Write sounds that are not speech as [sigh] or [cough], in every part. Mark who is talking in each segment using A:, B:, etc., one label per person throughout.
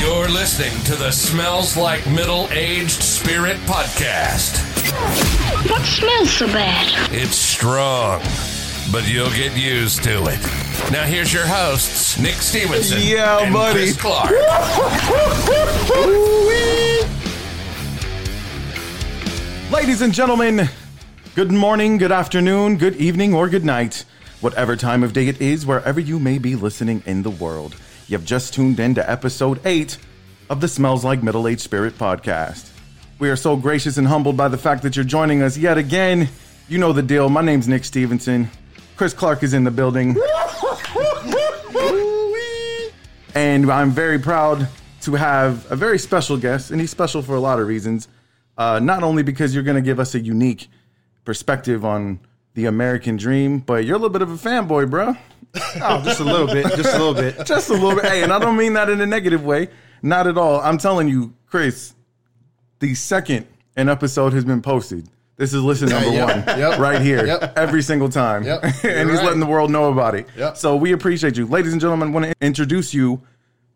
A: You're listening to the Smells Like Middle Aged Spirit podcast.
B: What smells so bad?
A: It's strong, but you'll get used to it. Now, here's your hosts, Nick Stevenson.
C: Yeah,
A: and
C: buddy.
A: Chris Clark.
C: Ladies and gentlemen, good morning, good afternoon, good evening, or good night. Whatever time of day it is, wherever you may be listening in the world, you've just tuned in to episode 8 of the Smells Like Middle Aged Spirit podcast. We are so gracious and humbled by the fact that you're joining us yet again. You know the deal. My name's Nick Stevenson. Chris Clark is in the building. and I'm very proud to have a very special guest, and he's special for a lot of reasons. Uh, not only because you're going to give us a unique perspective on the American dream, but you're a little bit of a fanboy, bro.
D: [laughs] Oh, just a little bit, just a little bit.
C: [laughs] Just a little bit. Hey, and I don't mean that in a negative way. Not at all. I'm telling you, Chris, the second an episode has been posted, this is
D: [laughs]
C: listen number
D: yep,
C: one
D: yep,
C: right here
D: yep.
C: every single time.
D: Yep,
C: [laughs]
D: you're
C: and he's
D: right.
C: letting the world know about it.
D: Yep.
C: So we appreciate you. Ladies and gentlemen, want to introduce you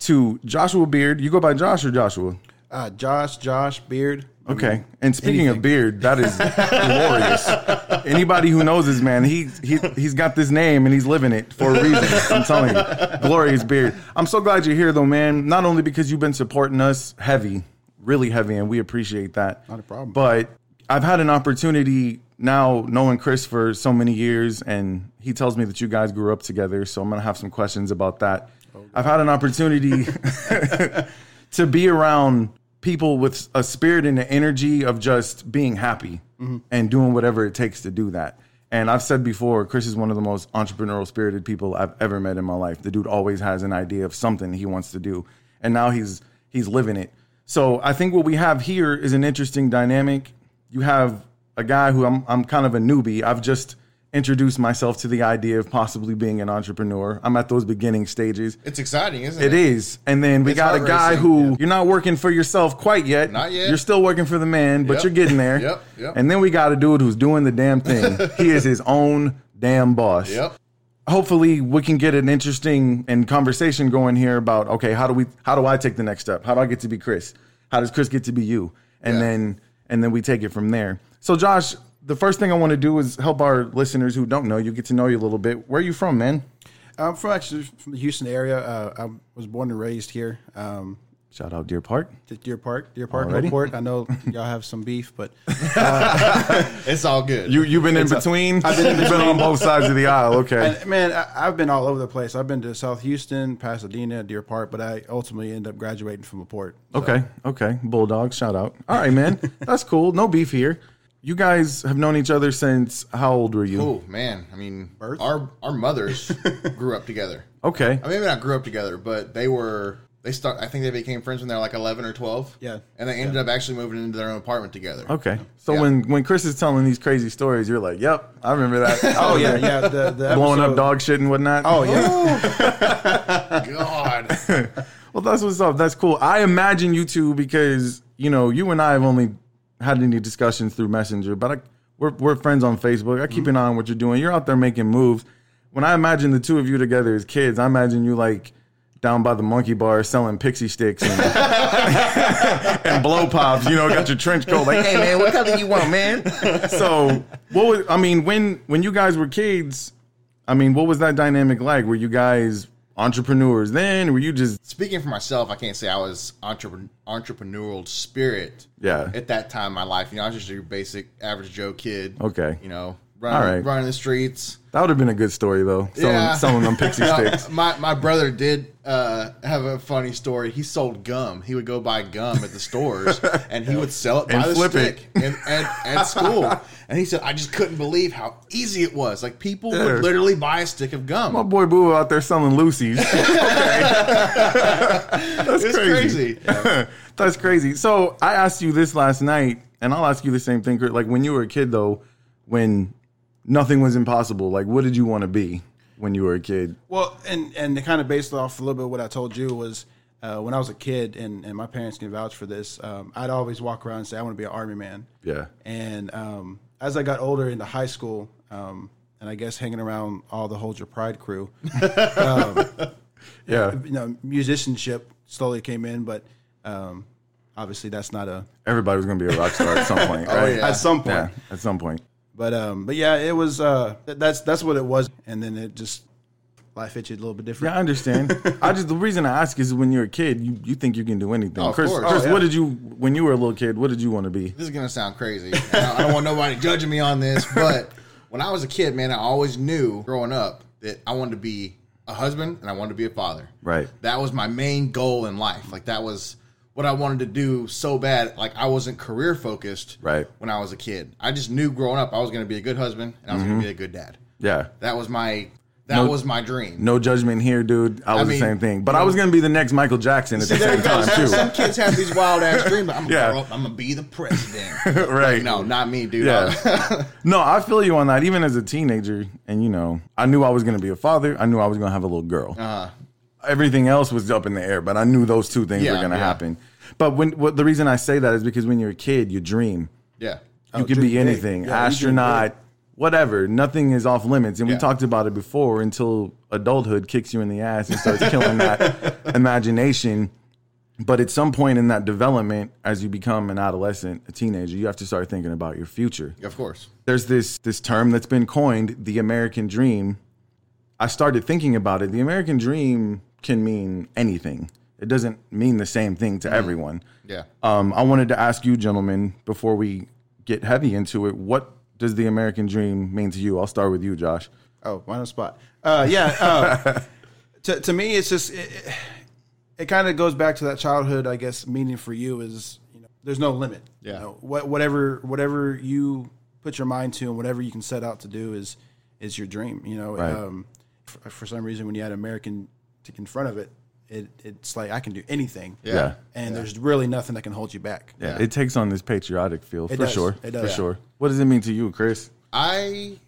C: to Joshua Beard. You go by Josh or Joshua?
D: Uh, Josh, Josh, Beard.
C: Okay. And speaking of beard, that is glorious. Anybody who knows this man, he, he he's got this name and he's living it for a reason. I'm telling you, glorious beard. I'm so glad you're here though, man. Not only because you've been supporting us heavy, really heavy, and we appreciate that. Not
D: a problem.
C: But I've had an opportunity now, knowing Chris for so many years, and he tells me that you guys grew up together. So I'm gonna have some questions about that.
D: Oh,
C: I've had an
D: [laughs]
C: opportunity to be around people with a spirit and the energy of just being happy and doing whatever it takes to do that. And I've said before, Chris is one of the most entrepreneurial spirited people I've ever met in my life. The dude always has an idea of something he wants to do, and now he's he's living it. So I think what we have here is an interesting dynamic. You have a guy who I'm I'm kind of a newbie. I've just introduced myself to the idea of possibly being an entrepreneur. I'm at those beginning stages.
E: It's exciting, isn't
C: It
E: it?
C: is. And then we
E: It's
C: got a
E: heart
C: guy
E: racing,
C: who
E: yeah.
C: you're not working for yourself quite yet.
E: Not yet.
C: You're still working for the man, but
E: Yep.
C: you're getting there.
E: Yep, yep.
C: And then we got a dude who's doing the damn thing.
E: [laughs]
C: he is his own damn boss.
E: Yep.
C: Hopefully we can get an interesting and conversation going here about okay, how do we how do I take the next step? How do I get to be Chris? How does Chris get to be you? And
E: Yeah.
C: then and then we take it from there. So Josh, the first thing I want to do is help our listeners who don't know you get to know you a little bit. Where are you from, man?
D: I'm from actually from the Houston area. Uh, I was born and raised here, um,
C: Shout out Deer Park.
D: to Deer Park, Deer Park,
C: Alrighty.
D: Alrighty. Port. I know [laughs] y'all have some beef,
C: [laughs]
D: but
E: It's all good.
C: You you've been in between. I've been, you've been on both sides of the aisle. Okay.
D: and, man, I, I've been all over the place. I've been to South Houston, Pasadena, Deer Park, but I ultimately ended up graduating from La Porte.
C: Okay. Okay. Bulldog. Shout out. All right, man. That's cool. No beef here. You guys have known each other since how old were you?
E: oh man, I mean, our
D: [laughs]
E: our mothers grew up together.
C: Okay.
E: I mean, maybe not grew up together, but they were they start. I think they became friends when they were like eleven or twelve.
D: Yeah.
E: and they ended up actually moving into their own apartment together.
C: Okay. So
E: Yeah.
C: when when Chris is telling these crazy stories, you're like, "Yep, I remember that."
D: Oh yeah, [laughs] yeah. The, the
C: [laughs] Blowing up
D: episode-
C: dog shit and whatnot.
D: Oh yeah.
E: God,
C: [laughs] Well, that's what's up. That's cool. I imagine you two because you know you and I have only had any discussions through Messenger, but I, we're we're friends on Facebook. I keep an eye on what you're doing. You're out there making moves. When I imagine the two of you together as kids, I imagine you like down by the monkey bar selling pixie sticks and, [laughs] and blow pops. You know, got your trench coat. Like, hey man, what color you want, man? So, what was I mean when when you guys were kids? I mean, what was that dynamic like? Were you guys entrepreneurs then? Were you just
E: speaking for myself, I can't say I was entrepreneur entrepreneurial spirit.
C: Yeah.
E: at that time in my life, you know, I was just your basic average Joe kid.
C: Okay.
E: you know, running
C: right.
E: running the streets.
C: That would have been a good story though. Selling,
E: [laughs] Yeah.
C: selling them pixie
E: Now,
C: sticks.
E: My my brother did uh, have a funny story. He sold gum. He would go buy gum at
C: [laughs]
E: the stores, and he would sell it by
C: And
E: the
C: flip it.
E: stick in, at, at school. And he said, "I just couldn't believe how easy it was. Like people
C: Yeah.
E: would literally buy a stick of gum.
C: My boy Boo out there selling
E: [laughs]
C: Lucy's. [laughs] That's
E: it's
C: crazy.
E: crazy.
C: [laughs] That's crazy. So I asked you this last night, and I'll ask you the same thing. Kurt. Like when you were a kid though, when nothing was impossible, like what did you want to be when you were a kid?
D: Well, and and to kind of based off a little bit of what I told you was uh, when I was a kid, and, and my parents can vouch for this. Um, I'd always walk around and say I want to be an army man.
C: Yeah.
D: And um, as I got older into high school, um, and I guess hanging around all the Hold Your Pride crew, [laughs]
C: Yeah.
D: you know, musicianship slowly came in, but um, obviously that's not a
C: Everybody was going to be a rock star at some
E: [laughs]
C: point, right?
E: Oh, yeah.
D: at some point.
C: Oh, Yeah, at some point.
D: But um, but yeah, it was uh, th- that's that's what it was, and then it just life hit you a little bit
C: Yeah,
D: different.
C: I understand. I just the reason I ask is when you're a kid, you, you think you can do anything.
E: Oh, of
C: Chris,
E: course.
C: Chris,
E: Oh, yeah.
C: what did you when you were a little kid? What did you want to be?
E: this is gonna sound crazy. and I I don't want nobody judging me on this,
C: [laughs]
E: but when I was a kid, man, I always knew growing up that I wanted to be a husband and I wanted to be a father.
C: Right.
E: That was my main goal in life. Like that was what I wanted to do so bad. Like I wasn't career focused.
C: Right.
E: When I was a kid, I just knew growing up I was gonna be a good husband and I was gonna be a good dad.
C: Mm-hmm. Yeah,
E: That was my that was my dream.
C: no judgment here, dude. I was
E: I
C: the
E: mean,
C: same thing, but I was going to be the next Michael Jackson at the
E: There
C: same
E: [laughs] you go.
C: time
E: Some, some
C: too.
E: kids have these wild ass dreams. I'm gonna
C: Yeah.
E: grow up. I'm gonna be
C: [laughs]
E: the [laughs] president.
C: right?
E: no, not me, dude.
C: Yeah.
E: [laughs]
C: no, I feel you on that. Even as a teenager, and you know, I knew I was going to be a father. I knew I was going to have a little girl. Uh-huh. Everything else was up in the air, but I knew those two things were
E: Yeah,
C: going to
E: yeah.
C: happen. But when what, the reason I say that is because when you're a kid, you dream.
E: yeah.
C: You could
D: dream
C: be
D: big.
C: anything,
D: Yeah, you dream
C: astronaut, whatever. Nothing is off limits. And we
E: Yeah.
C: talked about it before until adulthood kicks you in the ass and starts killing that imagination. But at some point in that development, as you become an adolescent, a teenager, you have to start thinking about your future
E: Of course.
C: there's this this term that's been coined the american dream i started thinking about it the american dream can mean anything it doesn't mean the same thing to everyone
E: Yeah.
C: um, i wanted to ask you gentlemen before we get heavy into it what does the american dream mean to you i'll start with you josh
D: Oh, why not spot? Uh, yeah.
C: [laughs]
D: Uh, to to me, it's just it, it- it kind of goes back to that childhood, I guess. Meaning for you is you know, there's no limit.
E: Yeah.
D: You know, what whatever whatever you put your mind to and whatever you can set out to do is is your dream. You know,
C: Right.
D: um, for, for some reason, when you had American t- in front of it, it it's like I can do anything.
E: Yeah.
D: And there's really nothing that can hold you back.
C: yeah. it takes on this patriotic feel for
D: does.
C: sure
D: It does.
C: for
D: Yeah.
C: sure what does it mean to you
E: [laughs]
C: chris
E: I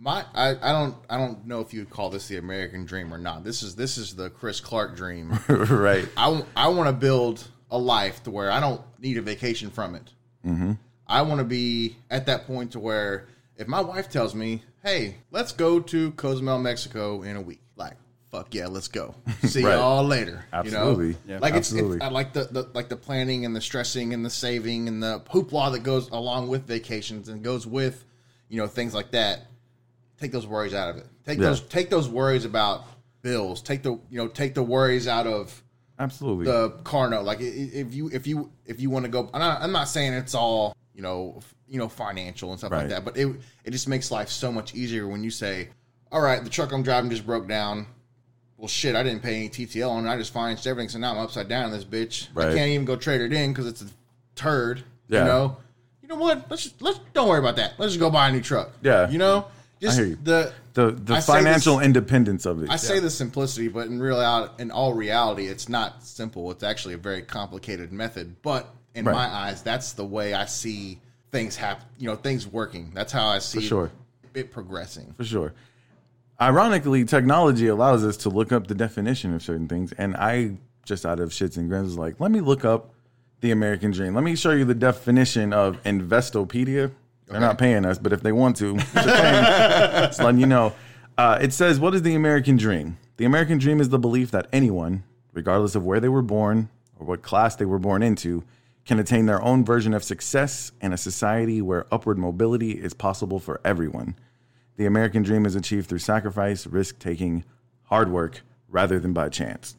E: my I, I don't I don't know if you would call this the American dream or not. This is this is the Chris Clark dream.
C: right
E: I want to build a life to where I don't need a vacation from it. Mm-hmm. I want to be at that point to where if my wife tells me, "Hey, let's go to Cozumel, Mexico in a week," like. Fuck yeah, let's
C: [laughs]
E: go. See
C: Right.
E: y'all later. You
C: Absolutely.
E: know?
C: Yeah,
E: like it's,
C: absolutely.
E: it's I like the, the like the planning and the stressing and the saving and the hoopla that goes along with vacations and goes with, you know, things like that take those worries out of it. Take
C: Yeah.
E: those take those worries about bills. Take the you know take the worries out of
C: absolutely
E: the car note. Like i- i- if you if you if you want to go, I'm not, I'm not saying it's all you know f- you know financial and stuff
C: Right.
E: like that, but it it just makes life so much easier when you say, all right, the truck I'm driving just broke down. Well, shit, I didn't pay any TTL on it. I just financed everything, so now I'm upside down in this bitch.
C: Right.
E: I can't even go trade it in because it's a turd.
C: Yeah.
E: You know. You know what? Let's just, let's don't worry about that. Let's just go buy a new truck.
C: Yeah.
E: You know. Just
C: hear you.
E: the
C: the, the
E: I say this-
C: financial independence of it
E: I say the simplicity, but in real out in all reality, it's not simple. It's actually a very complicated method. But in
C: Right.
E: my eyes, that's the way I see things happen. You know, things working. That's how I see
C: sure.
E: it progressing.
C: for sure. Ironically, technology allows us to look up the definition of certain things, and I just out of shits and grins was like, let me look up the American dream. Let me show you the definition of Investopedia. They're not paying us, but if they want to, they're paying. just letting you know. Uh, it says, "What is the American dream? The American dream is the belief that anyone, regardless of where they were born or what class they were born into." Can attain their own version of success in a society where upward mobility is possible for everyone. The American dream is achieved through sacrifice, risk taking, hard work, rather than by chance.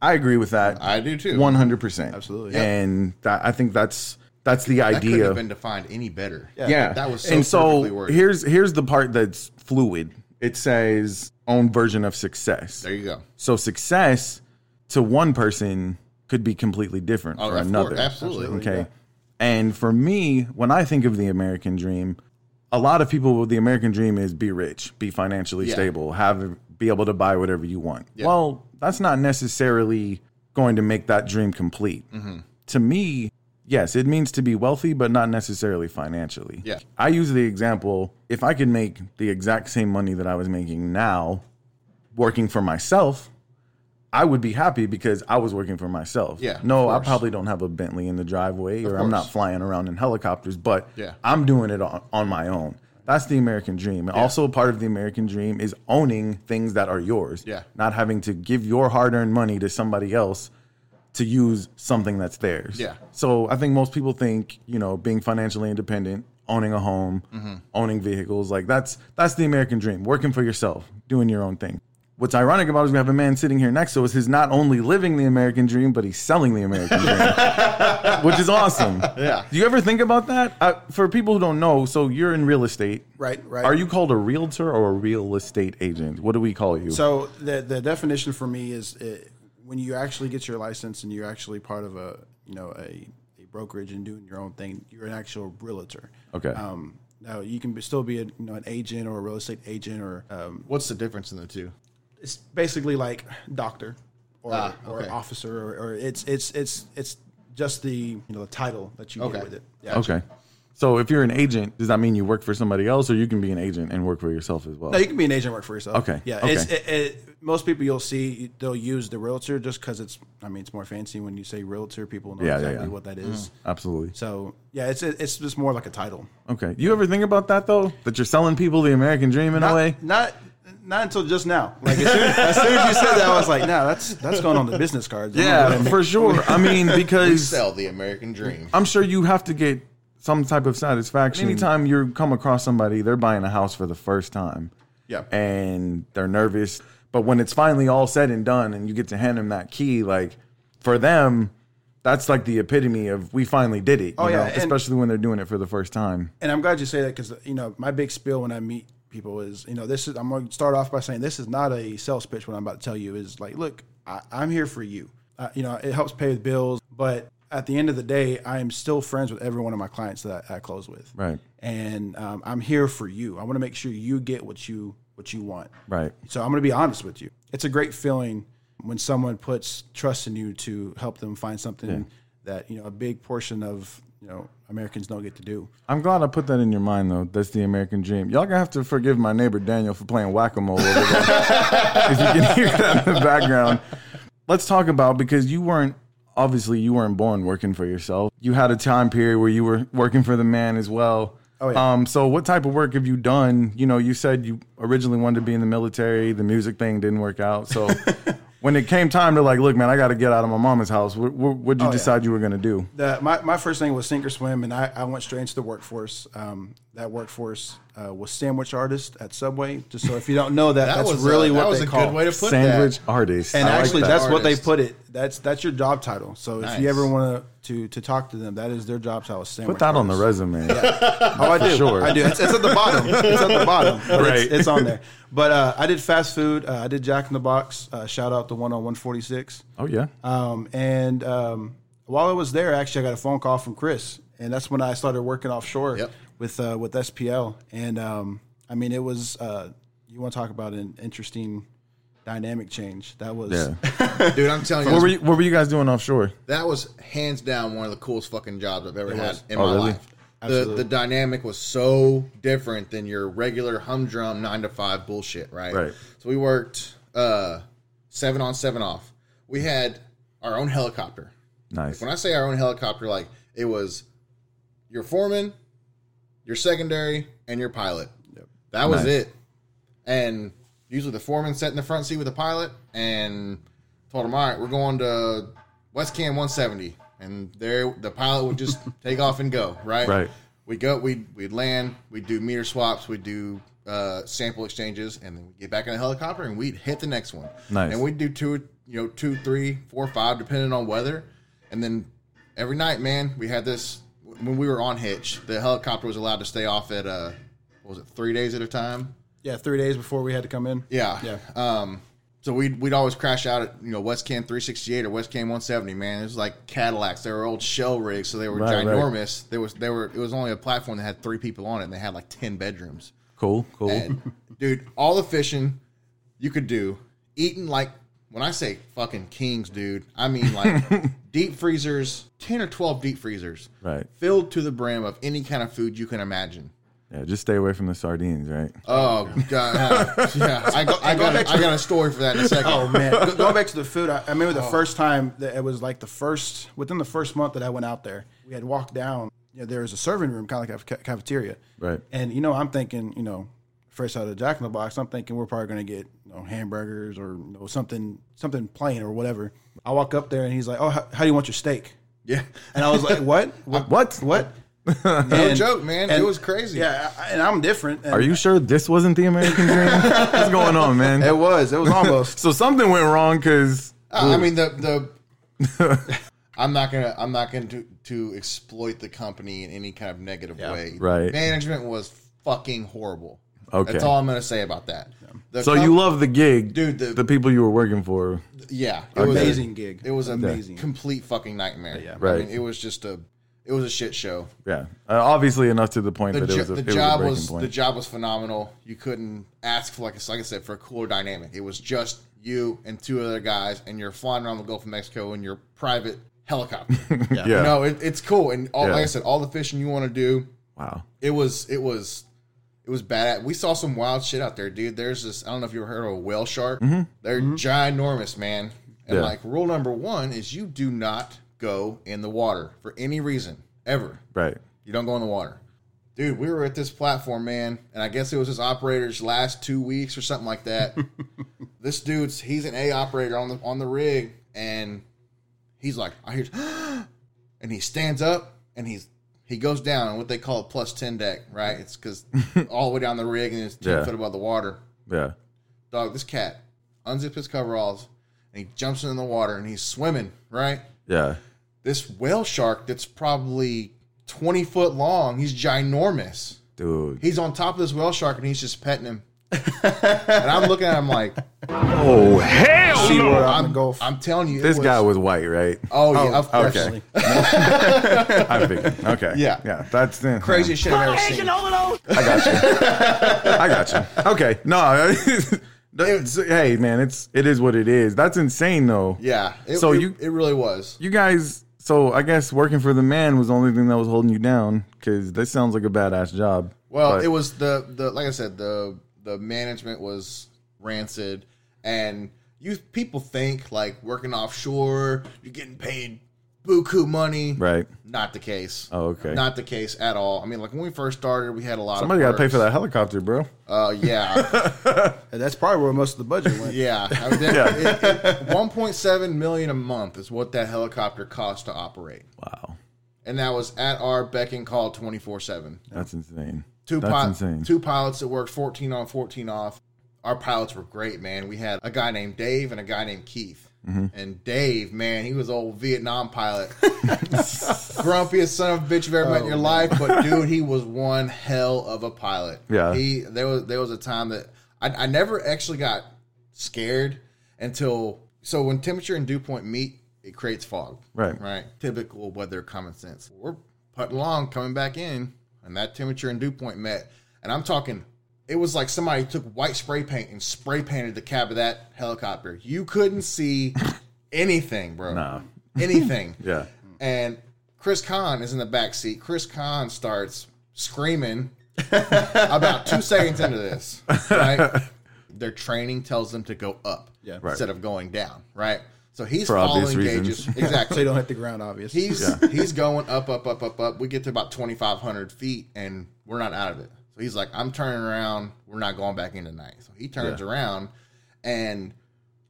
C: I agree with that.
E: I do too.
C: One hundred percent.
D: Absolutely.
E: Yep.
C: And that, I think that's that's the
E: That couldn't
C: idea.
E: have been defined any better.
D: Yeah.
C: yeah.
E: that was so
C: and so
E: perfectly worded.
C: here's here's the part that's fluid. It says own version of success.
E: There you go.
C: So success to one person could be completely different
E: Oh,
C: for
E: of course.
C: another.
E: Absolutely.
C: Okay. And for me, when I think of the American dream, a lot of people with the American dream is be rich, be financially
E: Yeah.
C: stable, have be able to buy whatever you want. Well, that's not necessarily going to make that dream complete.
E: Mm-hmm.
C: To me, yes, it means to be wealthy, but not necessarily financially.
E: Yeah.
C: I use the example if I could make the exact same money that I was making now working for myself, I would be happy because I was working for myself.
E: Yeah,
C: No,
E: of
C: I
E: course.
C: probably don't have a Bentley in the driveway or I'm
E: course.
C: not flying around in helicopters, but
E: Yeah.
C: I'm doing it on, on my own. That's the American dream. And also part of the American dream is owning things that are yours.
E: Yeah.
C: Not having to give your hard earned money to somebody else to use something that's theirs.
E: Yeah.
C: So I think most people think, you know, being financially independent, owning a home,
D: Mm-hmm.
C: owning vehicles, like that's that's the American dream. Working for yourself, doing your own thing. What's ironic about it is we have a man sitting here next to us who's not only living the American dream, but he's selling the American dream,
D: [laughs]
C: which is awesome.
E: Yeah.
C: Do you ever think about that? I, for people who don't know, so you're in real estate.
D: Right, right.
C: Are you called a realtor or a real estate agent? What do we call you?
D: So the the definition for me is uh when you actually get your license and you're actually part of a you know a, a brokerage and doing your own thing, you're an actual realtor.
C: Okay.
D: Um, now you can be, still be a, you know an agent or a real estate agent or um,
E: What's the difference in the two?
D: it's basically like doctor or,
E: Ah,
D: or
E: okay.
D: officer or, or it's it's it's it's just the you know the title that you
E: Okay.
D: get with it. Yeah.
C: okay. So if you're an agent, does that mean you work for somebody else or you can be an agent and work for yourself as well?
D: No, you can be an agent and work for yourself.
C: Okay,
D: Yeah.
C: okay.
D: It's, it, it, most people you'll see they'll use the realtor just because it's. I mean, it's more fancy when you say realtor. People know
C: Yeah, yeah,
D: exactly
C: yeah.
D: what that is.
C: Absolutely.
D: So yeah, it's it's just more like a title.
C: Okay. You ever think about that though? That you're selling people the American dream in a way?
D: Not, not not until just now. Like as soon as, soon as you said that, I was like, nah, that's that's going on the business cards. I'm not doing that.
C: for sure. I mean,
D: [laughs]
E: We
C: because
E: sell the American dream.
C: I'm sure you have to get some type of satisfaction. Anytime you come across somebody, they're buying a house for the first time.
E: Yeah.
C: And they're nervous. But when it's finally all said and done and you get to hand them that key, like for them, that's like the epitome of we finally did it.
D: Oh,
C: you
D: yeah,
C: know,
D: and-
C: Especially when they're doing it for the first time.
D: and I'm glad you say that because you know my big spiel when I meet people is you know this is I'm going to start off by saying this is not a sales pitch. What I'm about to tell you is like, look, I, I'm here for you. Uh, you know, it helps pay the bills, but at the end of the day, I am still friends with every one of my clients that I close with.
C: Right.
D: And um, I'm here for you. I want to make sure you get what you what you want.
C: Right.
D: So I'm going to be honest with you. It's a great feeling when someone puts trust in you to help them find something that you know a big portion of you know Americans don't get to do.
C: I'm glad I put that in your mind, though. That's the American dream. Y'all gonna have to forgive my neighbor Daniel for playing whack a mole over there. [laughs] if you can hear that in the background. Let's talk about because you weren't obviously you weren't born working for yourself. You had a time period where you were working for the man as well.
D: Oh, yeah.
C: Um, so what type of work have you done? You know, you said you originally wanted to be in the military. The music thing didn't work out.
D: [laughs]
C: So when it came time to like, look, man, I got to get out of my mama's house. What, what, what'd you
D: Oh, yeah.
C: decide you were gonna do?
D: the, Uh, my, my first thing was sink or swim, and I, I went straight into the workforce. Um, that workforce uh, was sandwich artist at Subway. Just so if you don't know that,
E: [laughs] That
D: that's
E: was
D: really
E: a,
D: what
E: that was
D: they
E: a
D: call
E: good way to put
C: Sandwich
E: that.
C: artist.
D: And
C: I like
D: actually,
C: that.
D: that's what they
E: Artist.
D: put it. That's that's your job title. So if
E: Nice.
D: you ever want to to to talk to them, that is their job title. Sandwich
C: Put that on the [laughs]
D: artist.
C: resume.
D: Oh, I do.
C: sure.
D: I do. It's, it's at the bottom. It's at the bottom. But
C: Right.
D: It's, it's on there. But uh, I did fast food. Uh, I did Jack in the Box. Uh, shout out the one on one forty six.
C: Oh yeah.
D: Um, and um, while I was there, actually, I got a phone call from Chris, and that's when I started working offshore
E: Yep.
D: with uh, with SPL. And um, I mean, it was uh, you want to talk about an interesting dynamic change. That was
C: yeah.
E: Dude, I'm telling you,
C: What
E: that's-
C: were you, what were you guys doing offshore?
E: That was hands down one of the coolest fucking jobs I've ever had
D: was.
E: in
C: Oh,
E: my
C: really?
E: life. The, the dynamic was so different than your regular humdrum nine to five bullshit, right?
C: Right.
E: So we worked uh, seven on, seven off. We had our own helicopter.
C: Nice.
E: When I say our own helicopter, like it was your foreman, your secondary, and your pilot. That was
C: Nice.
E: it. And usually the foreman sat in the front seat with the pilot and told him, "All right, we're going to West Cam 170," and there the pilot
C: [laughs]
E: would just take off and go. Right.
C: Right.
E: We go. We we land. We do meter swaps. We do. Uh, sample exchanges, and then we get back in the helicopter, and we'd hit the next one.
C: Nice.
E: And we we'd do two, you know, two, three, four, five, depending on weather. And then every night, man, we had this. When we were on hitch, the helicopter was allowed to stay off at uh, what was it three days at a time?
D: [laughs] yeah three days before we had to come in.
E: Yeah,
D: Yeah.
E: Um, so we'd we'd always crash out at you know West Cam 368 or West Cam 170. Man, it was like Cadillacs. They were old shell rigs, so they were
C: Right, right.
E: ginormous. There was they were it was only a platform that had three people on it, and they had like ten bedrooms.
C: Cool. Cool.
E: And, dude, all the fishing you could do, eating like when I say fucking kings, dude, I mean like deep freezers, ten or twelve deep freezers,
C: Right.
E: filled to the brim of any kind of food you can imagine.
C: Yeah, just stay away from the sardines, right?
E: Oh god, yeah. I, go, I got a, I got a story for that in a second.
D: Oh man, Go- going back to the food, I, I remember
E: Oh.
D: the first time that it was like the first within the first month that I went out there. We had walked down. You know, there was a serving room, kind of like a ca- cafeteria.
C: Right.
D: And you know, I'm thinking, you know, fresh out of Jack in the Box, I'm thinking we're probably going to get you know, hamburgers or you know, something, something plain or whatever. I walk up there and he's like, "Oh, how, how do you want your steak?"
E: Yeah,
D: And I was like, "What? What?
C: What?
D: What?"
E: [laughs] no
D: And-
E: joke, man.
D: and-
E: it was crazy.
D: Yeah, I- and I'm different. And
C: Are you sure this wasn't the American [laughs] dream? What's going on,
D: It
C: man?
D: was. It was almost.
C: So something went wrong because
E: I I mean the the.
C: [laughs]
E: I'm not gonna. I'm not going to to exploit the company in any kind of negative way.
C: Right.
E: Management was fucking horrible.
C: Okay.
E: That's all I'm gonna say about that. The
C: so
E: com-
C: you love the gig,
E: Dude, the-
C: the people you were working for.
E: Yeah. It
D: Amazing gig.
E: It was amazing.
D: Amazing.
E: Complete fucking nightmare. Yeah.
C: Right.
E: I mean, it was just a. It was a shit show.
C: Yeah, uh, obviously enough to the point
E: the,
C: that it
E: jo-
C: was a,
E: the
C: it was a
E: job
C: breaking
E: was,
C: point.
E: the job was phenomenal. You couldn't ask for like I- like I said for a cooler dynamic. It was just you and two other guys, and you're flying around the Gulf of Mexico in your private
C: [laughs]
E: helicopter.
C: yeah.
E: No, it, it's cool, and all,
C: Yeah.
E: like I said, all the fishing you want to do.
C: Wow.
E: It was it was it was bad. We saw some wild shit out there, dude. There's this I don't know if you ever heard of a whale shark. They're ginormous, man. And
C: Mm-hmm. Yeah.
E: like rule number one is you do not go in the water for any reason ever.
C: Right.
E: You don't go in the water. Dude, we were at this platform, man, and I guess it was this operator's last two weeks or something like that. this dude's he's an A operator on the on the rig, and he's like, I hear [gasps] and he stands up and he's he goes down what they call a plus ten deck, right? It's cause all the way down the rig and it's ten
C: Yeah.
E: foot above the water.
C: Yeah.
E: Dog, this cat unzips his coveralls and he jumps in the water and he's swimming, right?
C: Yeah.
E: this whale shark that's probably 20 foot long. He's ginormous.
C: Dude.
E: He's on top of this whale shark and he's just petting him. and I'm looking at him like,
C: Oh hell!
D: Sea World out in
E: I'm,
D: the Gulf.
E: I'm telling you. it
C: This
E: was-
C: guy was white, right?
E: Oh, yeah, of course.
C: okay. I figured. Okay.
E: Yeah.
C: Yeah. That's the
E: Craziest shit I've ever seen.
C: I got you. [laughs] Okay. No. it's- hey, man. It's it is what it is. That's insane, though.
E: Yeah. It,
C: So
E: it-
C: you-
E: It really was.
C: You guys. So I guess working for the man was the only thing that was holding you down because that sounds like a badass job.
E: Well,
C: But-
E: it was the the like I said the the management was rancid, and you people think like working offshore, you're getting paid buku money,
C: Right.
E: Not the case.
C: Oh, okay.
E: Not the case at all. I mean, like when we first started, we had a lot.
C: Somebody
E: got
C: got to pay for that helicopter, bro.
E: Uh, yeah,
D: And that's probably where most of the budget
C: [laughs]
D: went.
E: yeah. I mean, One point seven million a month is what that helicopter cost to operate,
C: Wow.
E: and that was at our beck and call twenty four seven.
C: That's insane.
E: Two
C: That's
E: pilots,
C: insane.
E: two pilots that worked fourteen on, fourteen off. Our pilots were great, man. We had a guy named Dave and a guy named Keith.
C: Mm-hmm.
E: And Dave, man, he was old
C: [laughs]
E: Vietnam pilot, grumpiest son of a bitch you've ever met in
C: Oh,
E: your
C: [laughs]
E: life. But dude, he was one hell of a pilot.
C: Yeah.
E: he there was there was a time that I, I never actually got scared until so when temperature and dew point meet, it creates fog.
C: Right.
E: Right. Typical weather common sense. We're putting along, coming back in, and that temperature and dew point met. And I'm talking, it was like somebody took white spray paint and spray painted the cab of that helicopter. You
C: [laughs]
E: couldn't see anything, bro.
C: Nah.
E: [laughs] Anything.
C: [laughs] Yeah.
E: And Chris Kahn is in the back seat. Chris Kahn starts
C: [laughs]
E: screaming about two seconds into this,
C: [laughs]
E: right? Their training tells them to go up
D: Yeah.
C: Right.
E: instead of going down, right? So he's
C: For obvious
E: following gauges.
C: reasons.
E: Exactly.
C: [laughs]
D: So you don't hit the ground, obviously.
E: He's he's going up, up, up, up, up. We get to about twenty five hundred feet, and we're not out of it. So he's like, "I'm turning around. We're not going back in tonight." So he turns around, and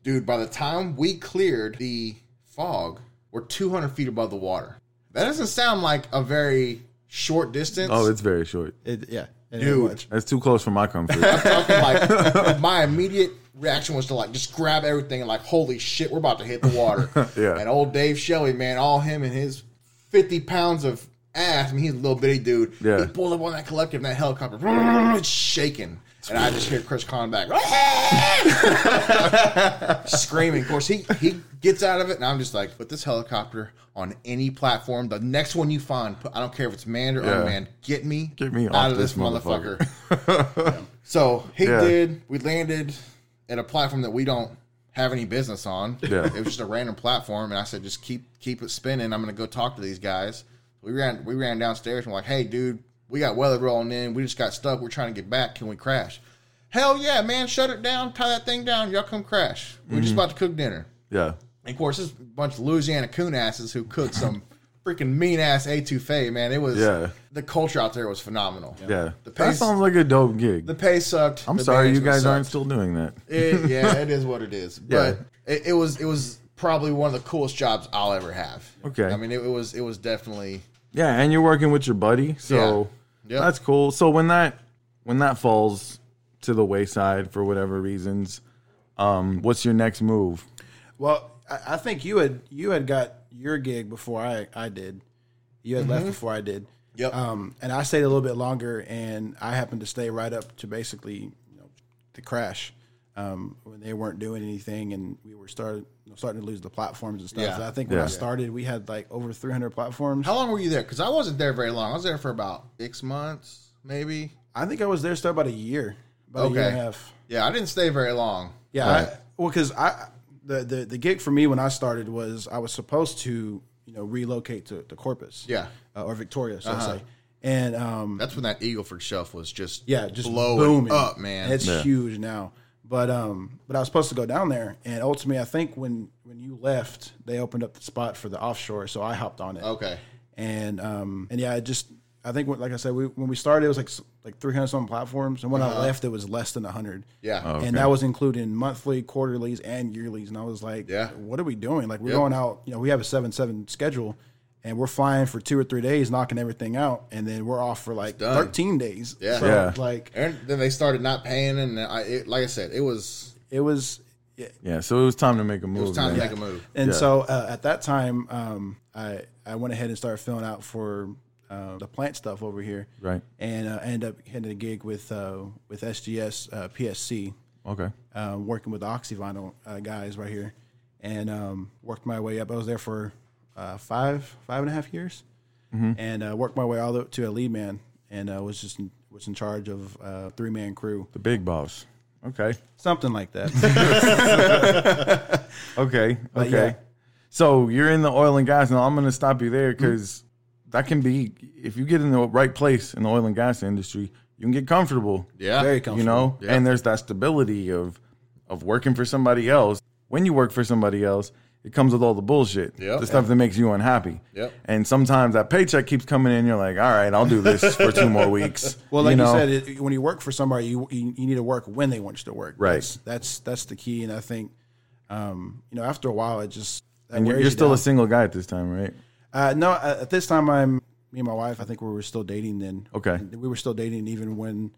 E: dude, by the time we cleared the fog, we're two hundred feet above the water. That doesn't sound like a very short distance.
C: Oh, it's very short.
D: It- yeah. It ain't
E: Dude.
D: much.
C: That's too close for my comfort.
E: [laughs]
C: [laughs]
E: talking like my immediate reaction was to like just grab everything and like holy shit we're about to hit the water
C: [laughs] Yeah.
E: and old dave shelley man all him and his 50 pounds of ass i mean he's a little bitty dude
C: Yeah.
E: he pulled up on that collective and that helicopter [laughs] it's shaking and i just hear chris Conn back [laughs] screaming of course he he gets out of it and i'm just like put this helicopter on any platform the next one you find put, i don't care if it's manned or
C: Yeah.
E: unmanned get me
C: Get me
E: out
C: off
E: of this,
C: this
E: motherfucker.
C: motherfucker.
E: So he
C: Yeah.
E: did. We landed at a platform that we don't have any business on.
C: Yeah.
E: It was just a random platform, and I said, just keep keep it spinning. I'm gonna go talk to these guys. We ran we ran downstairs and we're like, hey, dude, we got weather rolling in. We just got stuck. We're trying to get back. Can we crash? Hell yeah, man! Shut it down. Tie that thing down. Y'all come crash. We're just
C: Mm-hmm.
E: about to cook dinner.
C: Yeah.
E: And of course, this bunch of Louisiana coon asses who
C: [laughs]
E: cooked some freaking mean ass etouffee. Man, it was
C: Yeah.
E: the culture out there was phenomenal.
C: Yeah.
E: The
C: that
E: pace-
C: sounds like a dope gig.
E: The pay sucked.
C: I'm
E: The
C: sorry you
E: management
C: guys
E: sucked.
C: aren't still doing that.
E: It, yeah, it is what it is. But it, it was it was probably one of the coolest jobs I'll ever have.
C: Okay.
E: I mean, it, it was it was definitely
C: Yeah, and you're working with your buddy, so
E: Yeah. Yep.
C: that's cool. So when that when that falls to the wayside for whatever reasons, um, what's your next move?
D: Well, I, I think you had you had got your gig before I I did. You had left before I did.
E: Yep.
D: Um, and I stayed a little bit longer, and I happened to stay right up to basically you know, the crash um, when they weren't doing anything, and we were started you know, starting to lose the platforms and stuff.
E: Yeah.
D: And I think when
C: Yeah.
D: I started, we had like over 300 platforms.
E: How long were you there? Because I wasn't there very long. I was there for about six months, maybe.
D: I think I was there still about a year, about a year
E: Okay.
D: and a half.
E: Yeah, I didn't stay very long.
D: Yeah. I, well, because I the, the the gig for me when I started was I was supposed to you know relocate to, to Corpus.
E: Yeah. Uh-huh.
D: Uh, or Victoria, so to say. And um,
E: That's when that Eagleford shelf was just
D: yeah, just
E: blowing
D: booming
E: up, man.
D: It's huge now. But um, but I was supposed to go down there, and ultimately, I think when when you left, they opened up the spot for the offshore, so I hopped on it.
E: okay.
D: And um, and yeah, I just I think what, like I said, we, when we started, it was like s- like three hundred something platforms, and when I left, it was less than hundred.
E: Uh-huh. Yeah. Oh,
D: and that was including monthly, quarterlies, and yearlies. And I was like,
E: Yeah.
D: what are we doing? Like we're
E: Yep.
D: going out. You know, we have a seven seven schedule, and we're flying for two or three days, knocking everything out, and then we're off for like
E: done.
D: thirteen days.
E: Yeah.
D: So,
C: Yeah.
D: like
E: And then they started not paying, and I, it, like I said, it was
D: it was
C: Yeah, so it was time to make a move.
E: it was time to
C: man.
E: make a move.
D: and so uh, at that time um, I, I went ahead and started filling out for uh, the plant stuff over here
C: Right.
D: and uh, I ended up hitting a gig with uh, with sgs uh, psc
C: Okay.
D: uh, working with the oxyvinyl uh, guys right here and um, worked my way up i was there for uh, five five and a half years
C: Mm-hmm.
D: and uh, worked my way all the to a lead man and uh, was just in, was in charge of uh, three man crew
C: The big boss. Okay.
D: something
C: [laughs]
D: like that
C: Okay. Okay.
D: yeah.
C: So you're in the oil and gas. Now I'm going to stop you
E: Mm-hmm.
C: there because that can be, if you get in the right place in the oil and gas industry, you can get comfortable.
E: Yeah.
D: very comfortable
C: You know, and there's that stability of of working for somebody else. When you work for somebody else, it comes with all the bullshit,
E: Yep.
C: the stuff that makes you unhappy.
E: Yep.
C: And sometimes that paycheck keeps coming in. You're like, all right, I'll do this for two
E: [laughs]
C: more weeks.
D: Well, like you,
C: know?
D: said, it, when you work for somebody, you, you you need to work when they want you to work.
C: Right.
D: That's that's, that's the key, and I think, um, you know, after a while, it just that
C: and you're,
D: wears
C: you're
D: you
C: still
D: down.
C: a single guy at this time, right?
D: Uh, no, uh, at this time, I'm me and my wife. I think we were still dating then.
C: Okay.
D: And we were still dating even when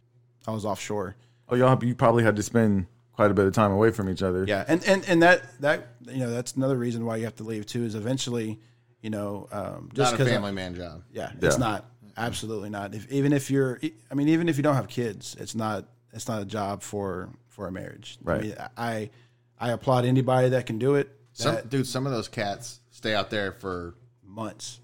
D: I was offshore.
C: Oh, y'all, you probably had to spend quite a bit of time away from each other.
D: Yeah, and and and that that you know that's another reason why you have to leave too is eventually, you know, um, just
E: Not a
D: because
E: family man job.
D: Yeah, it's
C: Yeah.
D: not. Absolutely not. If, even if you're, e, I mean, even if you don't have kids, it's not. It's not a job for for a marriage.
C: Right.
D: I mean, I, I applaud anybody that can do it.
E: Some,
D: That
E: dude, some of those cats stay out there for
D: months.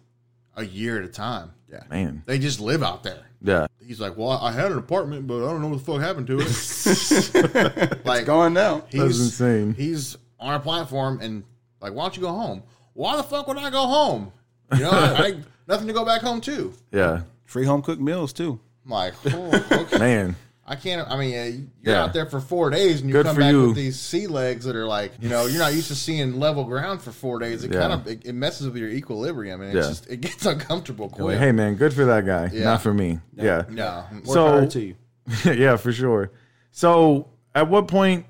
E: a year at a time. Yeah.
C: Man.
E: They just live out there.
C: Yeah.
E: He's like, well, I had an apartment, but I don't know what the fuck happened to
C: [laughs]
E: it. like,
D: Going now.
E: he's
C: insane.
E: He's on a platform, and like, why don't you go home? Why the fuck would I go home? You know, I, I nothing to go back home to.
C: Yeah.
D: Free home cooked meals too.
E: I'm like, oh, okay.
C: Man.
E: I can't. I mean, uh, you're
C: Yeah.
E: out there for four days, and you
C: Good
E: come
C: for
E: back
C: you.
E: with these sea legs that are like, you know, you're not used to seeing level ground for four days. It
C: Yeah.
E: kind of it, it messes with your equilibrium, and it's
C: Yeah.
E: just it gets [laughs] uncomfortable quick.
C: Like, hey, man, good for that guy.
E: Yeah.
C: Not for me. Yeah.
E: no,
C: So-
D: Power to you.
C: [laughs] yeah, for sure. So, at what point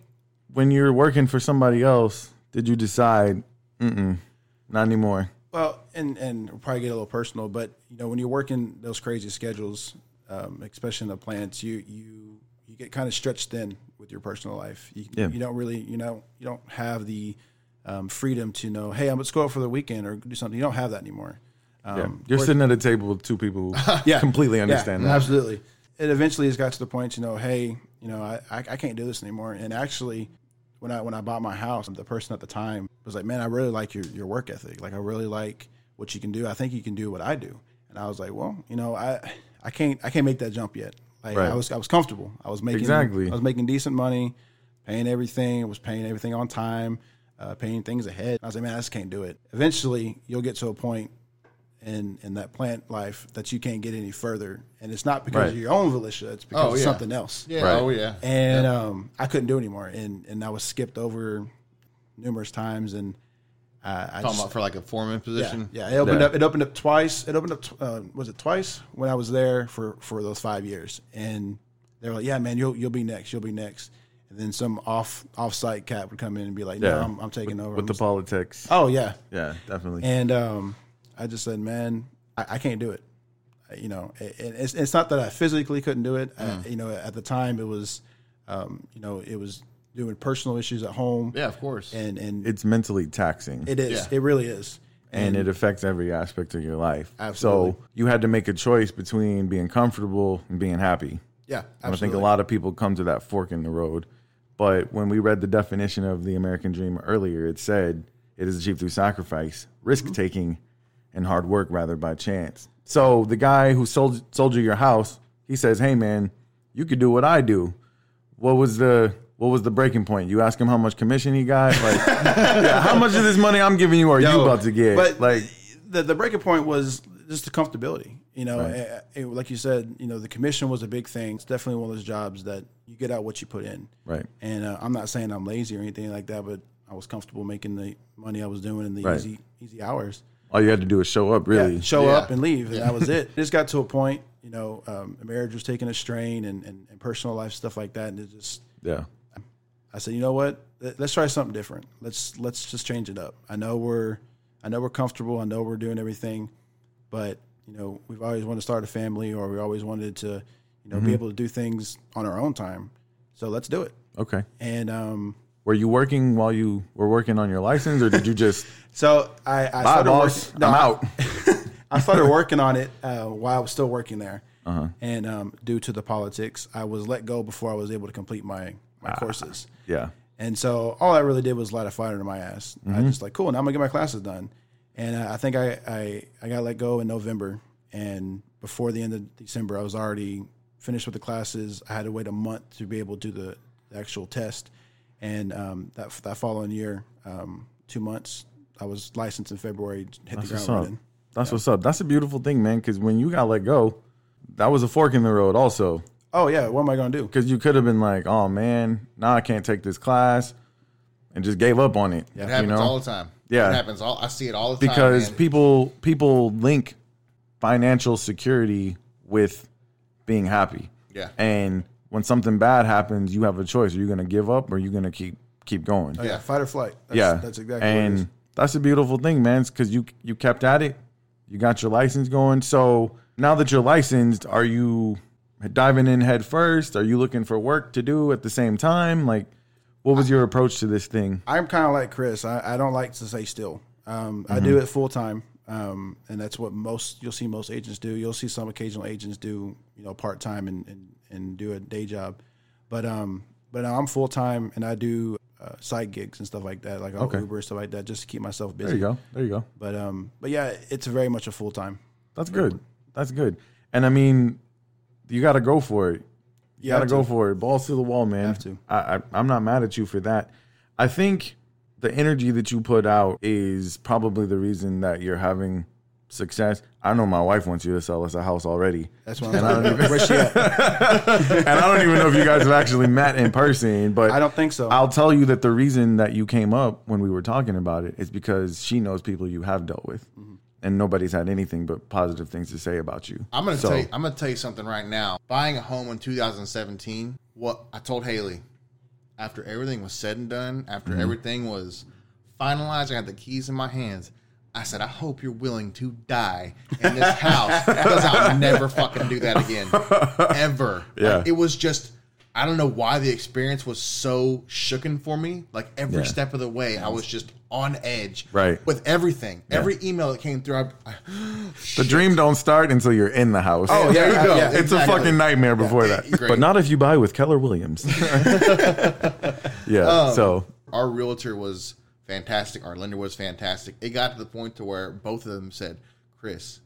C: when you're working for somebody else did you decide, mm-mm, not anymore?
D: Well, and and we'll probably get a little personal, but you know, when you're working those crazy schedules, um, especially in the plants, you you you get kind of stretched thin with your personal life. You,
C: Yeah.
D: you don't really you know you don't have the um, freedom to know, hey, I'm let's go out for the weekend or do something. You don't have that anymore. Um,
C: yeah. You're sitting at a table with two people who [laughs] completely understand
D: [laughs] yeah,
C: that.
D: Absolutely. It eventually has got to the point, you know, hey, you know, I, I, I can't do this anymore. And actually, when I when I bought my house, the person at the time was like, man, I really like your, your work ethic. Like, I really like what you can do. I think you can do what I do. And I was like, well, you know, I I can't I can't make that jump yet. Like,
C: Right.
D: I was I was comfortable. I was making
C: Exactly.
D: I was making decent money, paying everything. I was paying everything on time, uh, paying things ahead. I was like, man, I just can't do it. Eventually, you'll get to a point in in that plant life that you can't get any further. And it's not because
C: Right.
D: of your own volition; it's because
E: Oh,
D: of
E: yeah.
D: something else.
E: Yeah.
C: Right.
E: Oh yeah.
D: And um, I couldn't do anymore, and and I was skipped over numerous times, and uh, I
E: Talking
D: just,
E: about for like a foreman position.
D: yeah, yeah, it opened
C: Yeah.
D: up. It opened up twice. It opened up. tw- Uh, was it twice when I was there for for those five years? And they were like, "Yeah, man, you'll you'll be next. You'll be next." And then some off offsite cat would come in and be like, "No,
C: Yeah.
D: I'm, I'm taking over."
C: with the
D: I'm-
C: politics.
D: oh yeah,
C: Yeah, definitely.
D: and um, I just said, "Man, I, I can't do it." I- You know, it, it- it's it's not that I physically couldn't do it.
C: Mm.
D: I, you know, at the time it was, um, you know, it was doing personal issues at home.
E: Yeah, of course.
D: and and
C: it's mentally taxing.
D: it is.
E: Yeah.
D: It really is.
C: and it affects every aspect of your life. So
D: Absolutely.
C: you had to make a choice between being comfortable and being happy.
D: Yeah,
C: And I think
D: absolutely.
C: a lot of people come to that fork in the road. But when we read the definition of the American dream earlier, it said it is achieved through sacrifice, risk taking, and hard work rather by chance. So the guy who sold sold you your house, he says, "Hey man, you could do what I do." What was the what was the breaking point? You ask him how much commission he got. Like, [laughs] yeah, how much of this money I'm giving you are you
D: No,
C: about to get?
D: But
C: like,
D: like the the breaking point was just the comfortability. You know, eh, eh, like you said, you know, the commission was a big thing. It's definitely one of those jobs that you get out what you put in.
C: Right.
D: And uh, I'm not saying I'm lazy or anything like that, but I was comfortable making the money I was doing in the
C: Right.
D: easy easy hours.
C: all you had to do is show up, really.
D: Yeah, show
E: Yeah.
D: up and leave, and that was it. It just got to a point, you know, um, marriage was taking a strain and, and, and personal life stuff like that, and it just
C: yeah.
D: I said, you know what? Let- Let's try something different. Let's let's just change it up. I know we're I know we're comfortable. I know we're doing everything, but you know we've always wanted to start a family, or we always wanted to you
C: Mm-hmm.
D: know be able to do things on our own time. So let's do it.
C: Okay.
D: And um,
C: Were you working while you were working on your license, or did you just?
D: so I,
C: Bye,
D: I started
C: boss.
D: working. no,
C: I'm
D: I-
C: out. [laughs]
D: I started working on it uh, while I was still working there,
C: Uh-huh.
D: and um, due to the politics, I was let go before I was able to complete my my
C: Ah.
D: courses.
C: Yeah.
D: And so all I really did was light a fire under my ass. I
C: Mm-hmm.
D: just like, cool, now I'm gonna get my classes done. And I I think I, I, I got let go in November. And before the end of December, I was already finished with the classes. I had to wait a month to be able to do the, the actual test. And um, that, that following year, um, two months, I was licensed in February, hit the
C: That's
D: ground
C: what's up.
D: running.
C: That's what's up. That's a beautiful thing, man. Because when you got let go, that was a fork in the road, also.
D: Oh, yeah, what am I gonna do?
C: Because you could have been like, "Oh man, now I can't take this class," and just gave up on it.
E: It happens
C: you know?
E: all the time.
C: Yeah.
E: It happens all I see it all the time.
C: because
E: man.
C: people people link financial security with being happy.
E: Yeah.
C: And when something bad happens, you have a choice: are you going to give up, or are you going to keep keep
E: Oh,
C: going?
D: Yeah, fight or flight. That's,
C: yeah,
D: that's exactly
C: And
D: what it is.
C: that's a beautiful thing, man. Because you you kept at it, you got your license going. So now that you're licensed, are you diving in head first? Are you looking for work to do at the same time? Like, what was your approach to this thing?
D: I'm kind of like Chris. I, I don't like to stay still. Um, I
C: Mm-hmm.
D: do it full time, um, and that's what most you'll see most agents do. You'll see some occasional agents do you know part time and, and and do a day job, but um, but now I'm full time and I do uh, side gigs and stuff like that, like I'll Uber stuff like that, just to keep myself busy.
C: There you go. There you go.
D: But um, but yeah, it's very much a full time.
C: That's good. That's good. And I mean, you got to go for it. You got to
D: have
C: go for it. Balls to the wall, man.
D: Have to.
C: I, I, I'm not mad at you for that. I think the energy that you put out is probably the reason that you're having success. I know my wife wants you to sell us a house already. [laughs]
D: That's [laughs] what I'm saying. Where's she at?
C: And I don't even know if you guys have actually met in person, but
D: I don't think so.
C: I'll tell you that the reason that you came up when we were talking about it is because she knows people you have dealt with.
D: Mm-hmm.
C: And nobody's had anything but positive things to say about you.
E: I'm gonna
C: So-
E: tell you, I'm gonna tell you something right now. Buying a home in 2017. What I told Haley, after everything was said and done, after
C: Mm-hmm.
E: everything was finalized, I had the keys in my hands. I said, I hope you're willing to die in
C: [laughs]
E: this house because I'll never fucking do that again, ever.
C: Yeah.
E: Like, it was just. I don't know why the experience was so shooken for me. Like every
C: Yeah.
E: step of the way, I was just on edge.
C: Right.
E: With everything, every email that came through, I, I
C: The dream don't start until you're in the house.
E: Oh, there you go.
C: It's
E: Exactly.
C: a fucking nightmare before that.
E: Great.
C: But not if you buy with Keller
E: [laughs]
C: Williams. yeah.
E: Um,
C: so
E: our realtor was fantastic. Our lender was fantastic. It got to the point to where both of them said, "Chris,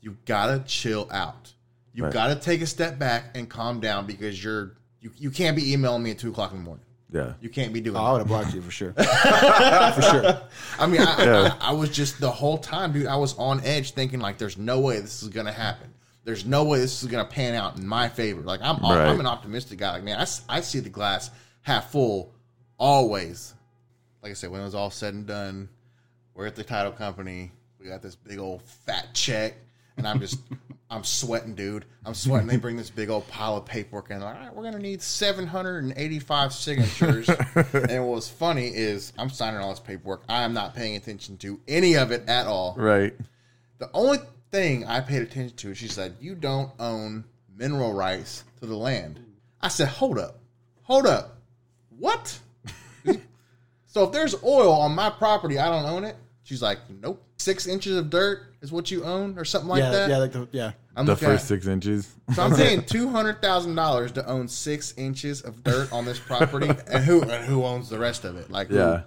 E: you gotta chill out. You
C: Right.
E: gotta take a step back and calm down because you're you, you can't be emailing me at two o'clock in the morning.
C: Yeah.
E: You can't be doing.
D: I would
E: that.
D: have blocked you for sure. for sure.
E: I mean, I,
C: Oh,
E: I, I was just the whole time, dude. I was on edge, thinking like, "There's no way this is gonna happen. There's no way this is gonna pan out in my favor." Like, I'm
C: Right.
E: I'm an optimistic guy. Like, man, I, s- I see the glass half full always. Like I said, when it was all said and done, we're at the title company. We got this big old fat check, and I'm just, I'm sweating, dude. I'm sweating. They bring this big old pile of paperwork, and they're like, all right, we're gonna need 785 signatures. and what was funny is, I'm signing all this paperwork. I am not paying attention to any of it at all.
C: Right.
E: The only thing I paid attention to, she said, you don't own mineral rights to the land. I said, hold up, hold up, what? [laughs] so if there's oil on my property, I don't own it. She's like, nope. Six inches of dirt is what you own, or something
D: [laughs]
E: like
D: yeah,
E: that.
D: [laughs] yeah, like the yeah.
E: I'm
C: The
E: looking
C: first
E: at-
C: six inches.
E: so I'm
C: [laughs]
E: paying two hundred thousand dollars to own six inches of dirt on
D: [laughs]
E: this property, and who and who owns the rest of it? Like, who?
C: Yeah.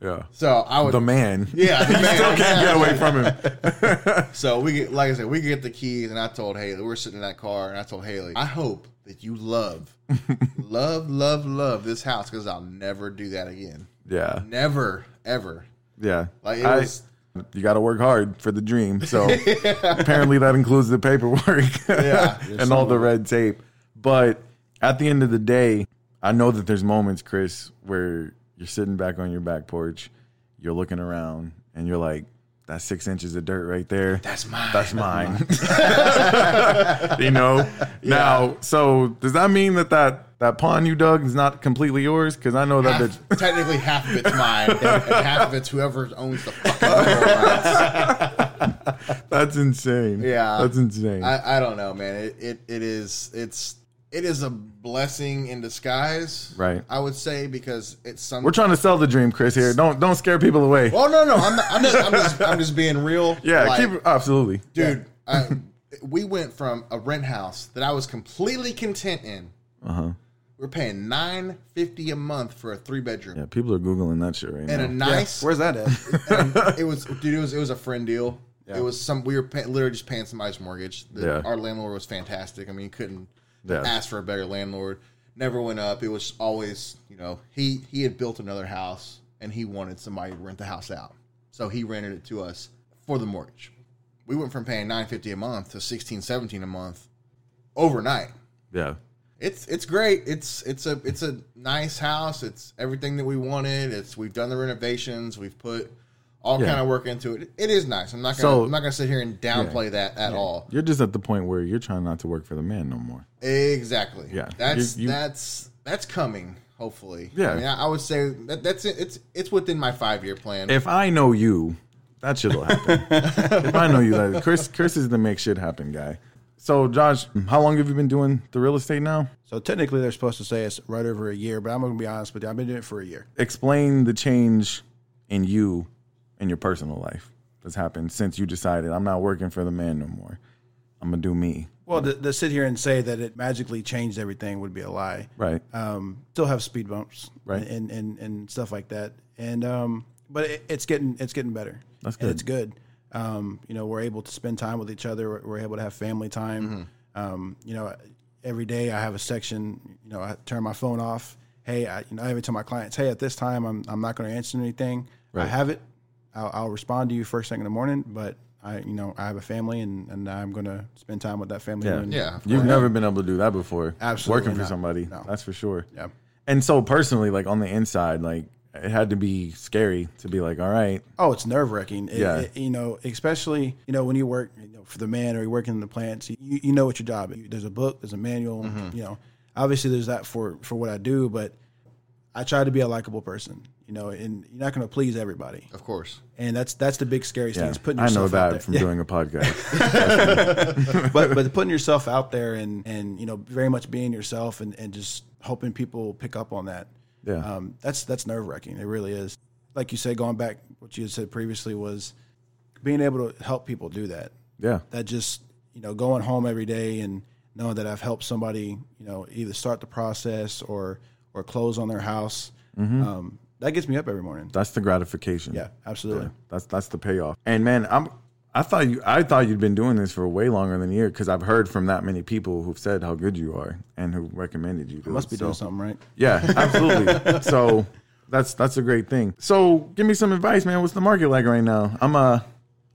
C: Yeah.
E: So I would
C: The man. [laughs]
E: Yeah, the man.
C: Still can't get away from him.
E: So we get, like I said, we get the keys, and I told Haley, we were sitting in that car, and I told Haley, I hope that you
C: [laughs]
E: love, love, love, love this house because I'll never do that again.
C: Yeah.
E: Never, ever.
C: Yeah.
E: Like, it
C: I-
E: was-
C: you got to work hard for the dream.
E: [laughs]
C: So [laughs] apparently that includes the paperwork [laughs] and all the red tape. But at the end of the day, I know that there's moments, Chris, where you're sitting back on your back porch, you're looking around, and you're like, that six inches of dirt right there.
E: That's mine.
C: [laughs] That's
E: [laughs]
C: mine. you know. Now, so does that mean that that that pond you dug is not completely yours? Because I know
E: [laughs]
C: that
E: Half,
C: bitch.
E: technically, half of it's mine, and, and half of it's whoever owns
C: [laughs]
E: the fucking rights.
C: That's insane.
E: Yeah,
C: that's insane.
E: I, I don't know, man. It, it it is it's it is a blessing in disguise,
C: Right.
E: I would say because it's some.
C: We're trying to sell the dream, Chris. Here, don't don't scare people away.
E: Oh no, no, I'm, not, I'm just I'm just I'm just being real.
C: [laughs] yeah,
E: Like,
C: keep absolutely.
E: dude. I, we went from a rent house that I was completely content in. We're paying nine fifty a month for a three bedroom
C: Yeah, people are googling that shit right
E: and a
C: now.
E: nice.
D: Where's that at?
E: it was dude. It was it was a friend deal. It was some we were pay, literally just paying somebody's mortgage. The-
C: Yeah.
E: Our landlord was fantastic. I mean, you couldn't
C: Yeah.
E: ask for a better landlord. Never went up. It was always you know he he had built another house and he wanted somebody to rent the house out, so he rented it to us for the mortgage. We went from paying nine fifty a month to sixteen seventeen a month overnight.
C: yeah,
E: It's it's great. It's it's a it's a nice house. It's everything that we wanted. It's we've done the renovations. We've put all
C: Yeah.
E: kind of work into it. It is nice. I'm not gonna
C: So-
E: I'm not gonna sit here and downplay that at all.
C: you're just at the point where you're trying not to work for the man no more.
E: Exactly.
C: Yeah.
E: That's
C: You- you-
E: that's that's coming. Hopefully.
C: Yeah.
E: I mean, I, I would say that that's it. It's it's within my five year plan.
C: If I know you, that shit'll happen.
E: [laughs]
C: if I know you, that Chris Chris is the make shit happen guy. So Josh,
E: Mm-hmm.
C: how long have you been doing the real estate now?
D: so technically they're supposed to say it's right over a year, but I'm gonna be honest with you, I've been doing it for a year.
C: Explain the change in you in your personal life that's happened since you decided I'm not working for the man no more. I'm gonna do me.
D: Well, to, to sit here and say that it magically changed everything would be a lie.
C: Right.
D: Um, still have speed bumps,
C: Right.
D: and and and stuff like that. And um, but it, it's getting it's getting better. That's
C: good.
D: And it's good. Um, you know, we're able to spend time with each other. We're, we're able to have family
C: Mm-hmm.
D: time. Um, you know, every day I have a section. You know, I turn my phone off. Hey, I, you know, I even tell my clients, hey, at this time, I'm I'm not going to answer anything. I have it. I'll, I'll respond to you first thing in the morning, but. I, you know, I have a family, and, and I'm gonna spend time with that family.
C: Yeah.
D: and-
E: yeah. of
C: You've
E: course.
C: never been able to do that before.
D: Absolutely
C: Working for
D: not.
C: somebody.
D: No.
C: That's for sure.
D: Yeah.
C: And so personally, like on the inside, like it had to be scary to be like, all right,
D: Oh, it's nerve wracking.
C: Yeah.
D: you know, especially you know when you work you know, for the man or you working in the plants, you, you know what your job. is. There's a book, there's a manual.
C: Mm-hmm.
D: You know, obviously there's that for for what I do, but I try to be a likable person. You know, and you're not going to please everybody,
E: Of course.
D: and that's that's the big scary thing.
C: yeah,
D: Is putting
C: I know
D: yourself
C: that
D: out there.
C: from [laughs]
D: Yeah,
C: doing a
D: [laughs]
C: podcast.
D: but but putting yourself out there and and you know very much being yourself and and just hoping people pick up on that.
C: Yeah.
D: um, that's that's nerve wracking. It really is. Like you said, going back what you had said previously was being able to help people do that.
C: yeah.
D: That just you know going home every day and knowing that I've helped somebody you know either start the process or or close on their house.
C: Mm-hmm.
D: Um, that gets me up every morning.
C: That's the gratification.
D: Yeah, absolutely.
C: That's that's the payoff. And man, I'm I thought you I thought you'd been doing this for way longer than a year because I've heard from that many people who've said how good you are and who recommended you. to
D: Must
C: it,
D: be
C: so-
D: doing something right.
C: Yeah,
D: [laughs]
C: absolutely. so that's that's a great thing. So give me some advice, man. What's the market like right now? I'm uh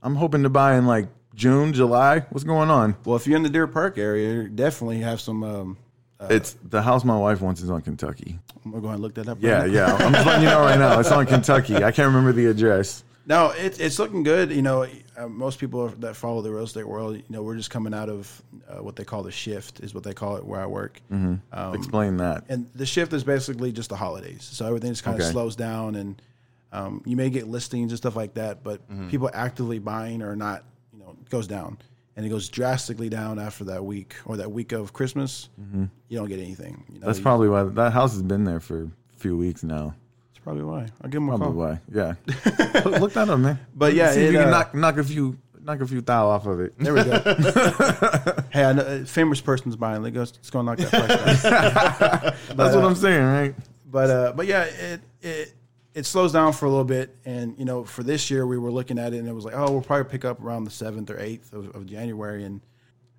C: I'm hoping to buy in like June, July. What's going on?
D: Well, if you're in the Deer Park area, you definitely have some. Um,
C: it's the house my wife wants is on
D: [laughs]
C: Kentucky.
D: I'm gonna go ahead and look that up. right
C: Yeah,
D: now.
C: yeah. I'm just letting you know right now. It's on Kentucky. I can't remember the address.
D: No, it, it's looking good. You know, uh, most people that follow the real estate world, you know, we're just coming out of uh, what they call the shift, is what they call it where I work.
C: Mm-hmm.
D: Uh,
C: Explain that.
D: Um, And the shift is basically just the holidays. So everything just kind of
C: Okay.
D: slows down and um, you may get listings and stuff like that, but
C: Mm-hmm.
D: people actively buying or not, you know, it goes down. And it goes drastically down after that week or that week of Christmas. You don't get anything. You know,
C: Mm-hmm. That's
D: you-
C: probably why that house has been there for a few weeks now.
D: that's probably why. I'll give them a
C: Probably
D: call.
C: why. Yeah.
D: [laughs]
C: look, look that up, man.
D: But yeah,
C: See if
D: it,
C: you can
D: uh,
C: knock knock a few knock a few thou off of it.
D: There
C: [laughs]
D: we go. hey, I know, a famous person's buying. It goes, it's going like that. price down.
C: That's what I'm saying, right?
D: But uh, but yeah, it it it slows down for a little bit, and you know, for this year we were looking at it, and it was like, oh, we'll probably pick up around the seventh or eighth of, of January, and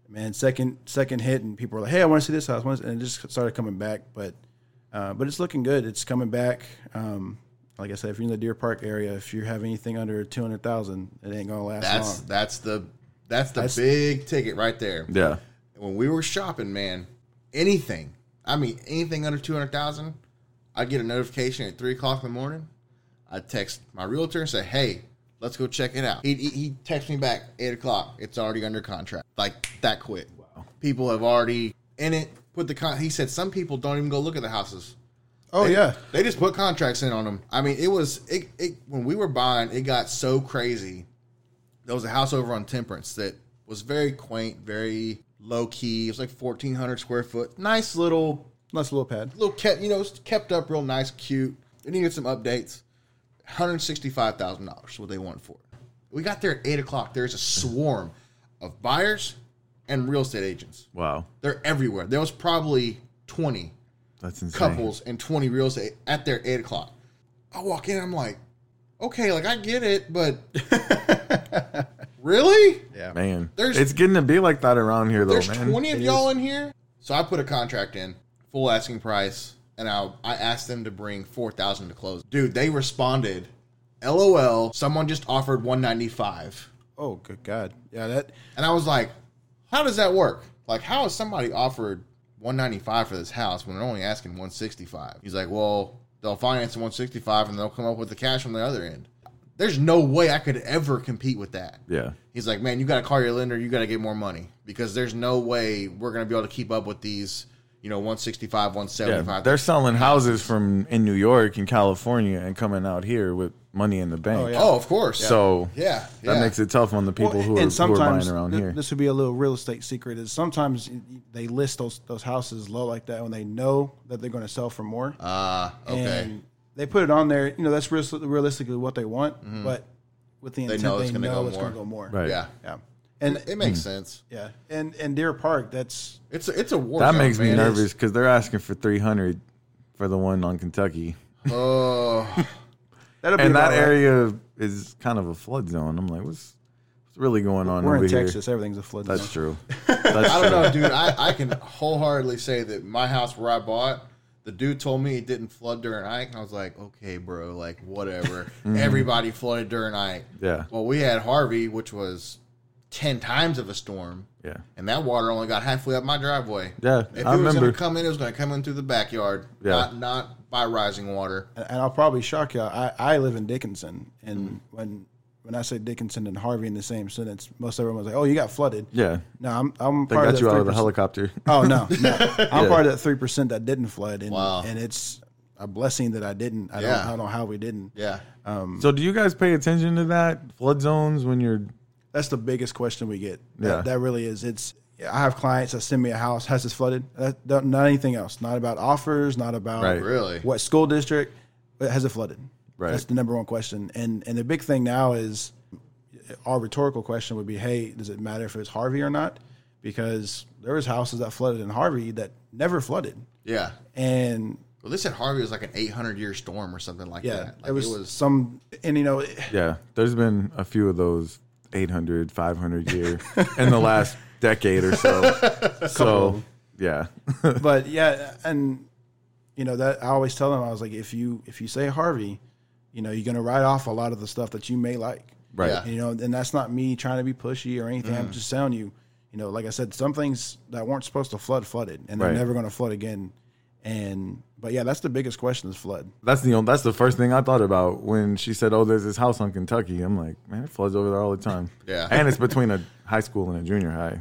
D: man, second second hit, and people were like, hey, I want to see this house, I wanna see- and it just started coming back, but uh, but it's looking good. It's coming back. Um, like I said, if you're in the Deer Park area, if you have anything under two hundred thousand, it ain't gonna last
E: That's
D: long.
E: that's the that's the big ticket right there.
C: Yeah.
E: When we were shopping, man, anything. I mean, anything under two hundred thousand, I'd get a notification at three o'clock in the morning. I'd text my realtor and say, "Hey, let's go check it out." He he he text me back eight o'clock. It's already under contract. Like that quick. People have already in it. Put the con. He said some people don't even go look at the houses.
D: Oh
E: They-
D: yeah,
E: they just put contracts in on them. I mean, it was it, it when we were buying, it got so crazy. There was a house over on Temperance that was very quaint, very low key. It was like fourteen hundred square foot, nice little
D: nice little pad.
E: little kept you know it's kept up real nice, cute. It needed some updates. One hundred sixty five thousand dollars what they want for it. We got there at eight o'clock. There's a swarm of buyers and real estate agents.
C: Wow.
E: They're everywhere. There was probably twenty
C: That's insane.
E: couples and 20 real estate at their 8 o'clock. I walk in, I'm like, okay, like I get it, but really? Yeah.
C: Man.
E: There's-
C: it's getting to be like that around here though,
E: There's
C: man.
E: 20 of y'all in here? So I put a contract in, full asking price, and I, I asked them to bring 4000 to close. Dude, they responded, LOL, someone just offered 195
D: Oh good God, yeah that.
E: And I was like, how does that work? Like, how is somebody offered 195 for this house when they're only asking 165? He's like, well, they'll finance the 165 and they'll come up with the cash on the other end. There's no way I could ever compete with that.
C: Yeah.
E: He's like, man, you got to call your lender. You got to get more money because there's no way we're going to be able to keep up with these, you know, 165,
C: Yeah.
E: 175.
C: They're selling houses from in New York and California and coming out here with money in the bank.
D: yeah.
E: oh, of course.
C: So
E: yeah,
C: that
E: yeah.
C: makes it tough on the people
D: Well,
C: who, are, who are buying around
D: th-
C: here.
D: This would be a little real estate secret is sometimes y- y- they list those those houses low like that when they know that they're going to sell for more.
E: Uh, okay.
D: And they put it on there, you know, that's realis- realistically what they want, but with the intent they
E: know
D: know
E: it's
D: it's
E: gonna go
D: going
E: more.
D: to go more.
C: Right.
E: yeah.
D: Yeah. And
E: It
C: Hmm.
E: makes sense.
D: yeah. And and Deer Park, that's
E: It's a, it's a war.
C: that
E: zone,
C: makes me
E: man. It's-
C: nervous because they're asking for 300 for the one on Kentucky.
D: that'll be
C: And that
D: about right.
C: area is kind of a flood zone. I'm like, what's, what's really going on
D: We're
C: over
D: in
C: here?
D: Texas, everything's a flood
C: That's
D: zone.
C: true. That's
E: [laughs] I
C: true.
E: don't know, dude. I, I can wholeheartedly say that my house where I bought, the dude told me it didn't flood during Ike, and I was like, okay, bro, like
C: [laughs]
E: whatever.
C: Mm-hmm.
E: Everybody flooded during Ike.
C: Yeah.
E: Well, we had Harvey, which was ten times of a storm.
C: Yeah.
E: And that water only got halfway up my driveway.
C: Yeah,
E: If
C: I
E: it was
C: remember.
E: gonna come in, it was gonna come in through the backyard.
C: Yeah.
E: Not not by rising water.
D: and and I'll probably shock y'all. I, I live in Dickinson, and when when I say Dickinson and Harvey in the same sentence, most everyone's like, "Oh, you got flooded."
C: Yeah.
D: No, I'm I'm
C: They
D: part
C: got
D: of
C: you
D: that
C: out of the
D: 3%.
C: helicopter.
D: Oh no, no.
C: [laughs]
D: I'm part of that three percent that didn't flood, and
E: Wow.
D: and it's a blessing that I didn't. I
E: Yeah.
D: don't I don't know how we didn't.
E: Yeah. Um,
C: So do you guys pay attention to that flood zones when you're?
D: That's the biggest question we get. That,
C: Yeah.
D: that really is. It's I have clients that send me a house has this flooded. That, don't- not anything else. Not about offers. Not about
C: Right.
E: Really?
D: what school district but has it flooded.
C: Right.
D: That's the number one question. And and the big thing now is our rhetorical question would be, hey, does it matter if it's Harvey or not? Because there was houses that flooded in Harvey that never flooded,
E: Yeah.
D: and
E: Well, they said Harvey was like an 800 year storm or something like
D: Yeah,
E: that. Like
D: it, was some, and you know, [laughs] it-
C: Yeah, there's been a few of those 800, 500
E: [laughs]
C: year in the last decade or so. So, yeah. [laughs]
D: but yeah, and you know that I always tell them I was like, if you if you say Harvey, you know you're gonna write off a lot of the stuff that you may like,
C: Right.
E: Yeah.
D: You know, and that's not me trying to be pushy or anything. I'm just telling you, you know, like I said, some things that weren't supposed to flood flooded, and they're
C: Right.
D: never gonna flood again. And but yeah, that's the biggest question is flood.
C: That's the only, that's the first thing I thought about when she said, "Oh, there's this house on Kentucky." I'm like, "Man, it floods over there all the time."
E: Yeah.
C: and it's between a high school and a junior
E: [laughs]
C: high.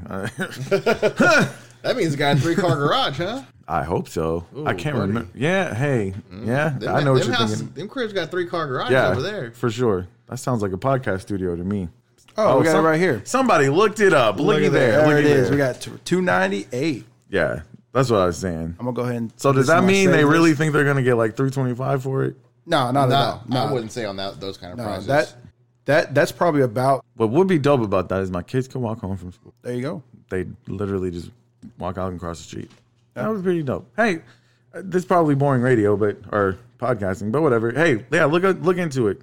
E: That means a guy in three
D: [laughs]
E: car garage, huh?
C: I hope so. I can't
E: buddy. Mm-hmm.
C: remember. Yeah, hey, yeah,
E: Them-
C: I know what
E: them
C: you're
E: house-
C: thinking.
E: Them cribs got three car garage
C: Yeah,
E: over there.
C: for sure. That sounds like a podcast studio to me.
D: Oh, we got
C: some-
D: it right here.
C: Somebody looked it up. Looky
D: at
C: there.
D: that. There
C: looky
D: it is.
C: there.
D: We got t- 298.
C: yeah, that's what I was saying.
D: I'm gonna go ahead and.
C: So does
D: listen
C: that
D: to my
C: mean they
D: savings.
C: really think they're gonna get like 325 for it?
D: No, not at
E: No,
D: all. No,
E: I wouldn't say on that those kind of
D: no,
E: prices.
D: that that that's probably about.
C: What would be dope about that is my kids can walk home from school.
D: There you go.
C: They literally just walk out and cross the street. That was pretty dope. Hey, uh, this is probably boring radio, but or podcasting, but whatever. Hey, yeah, look look into it.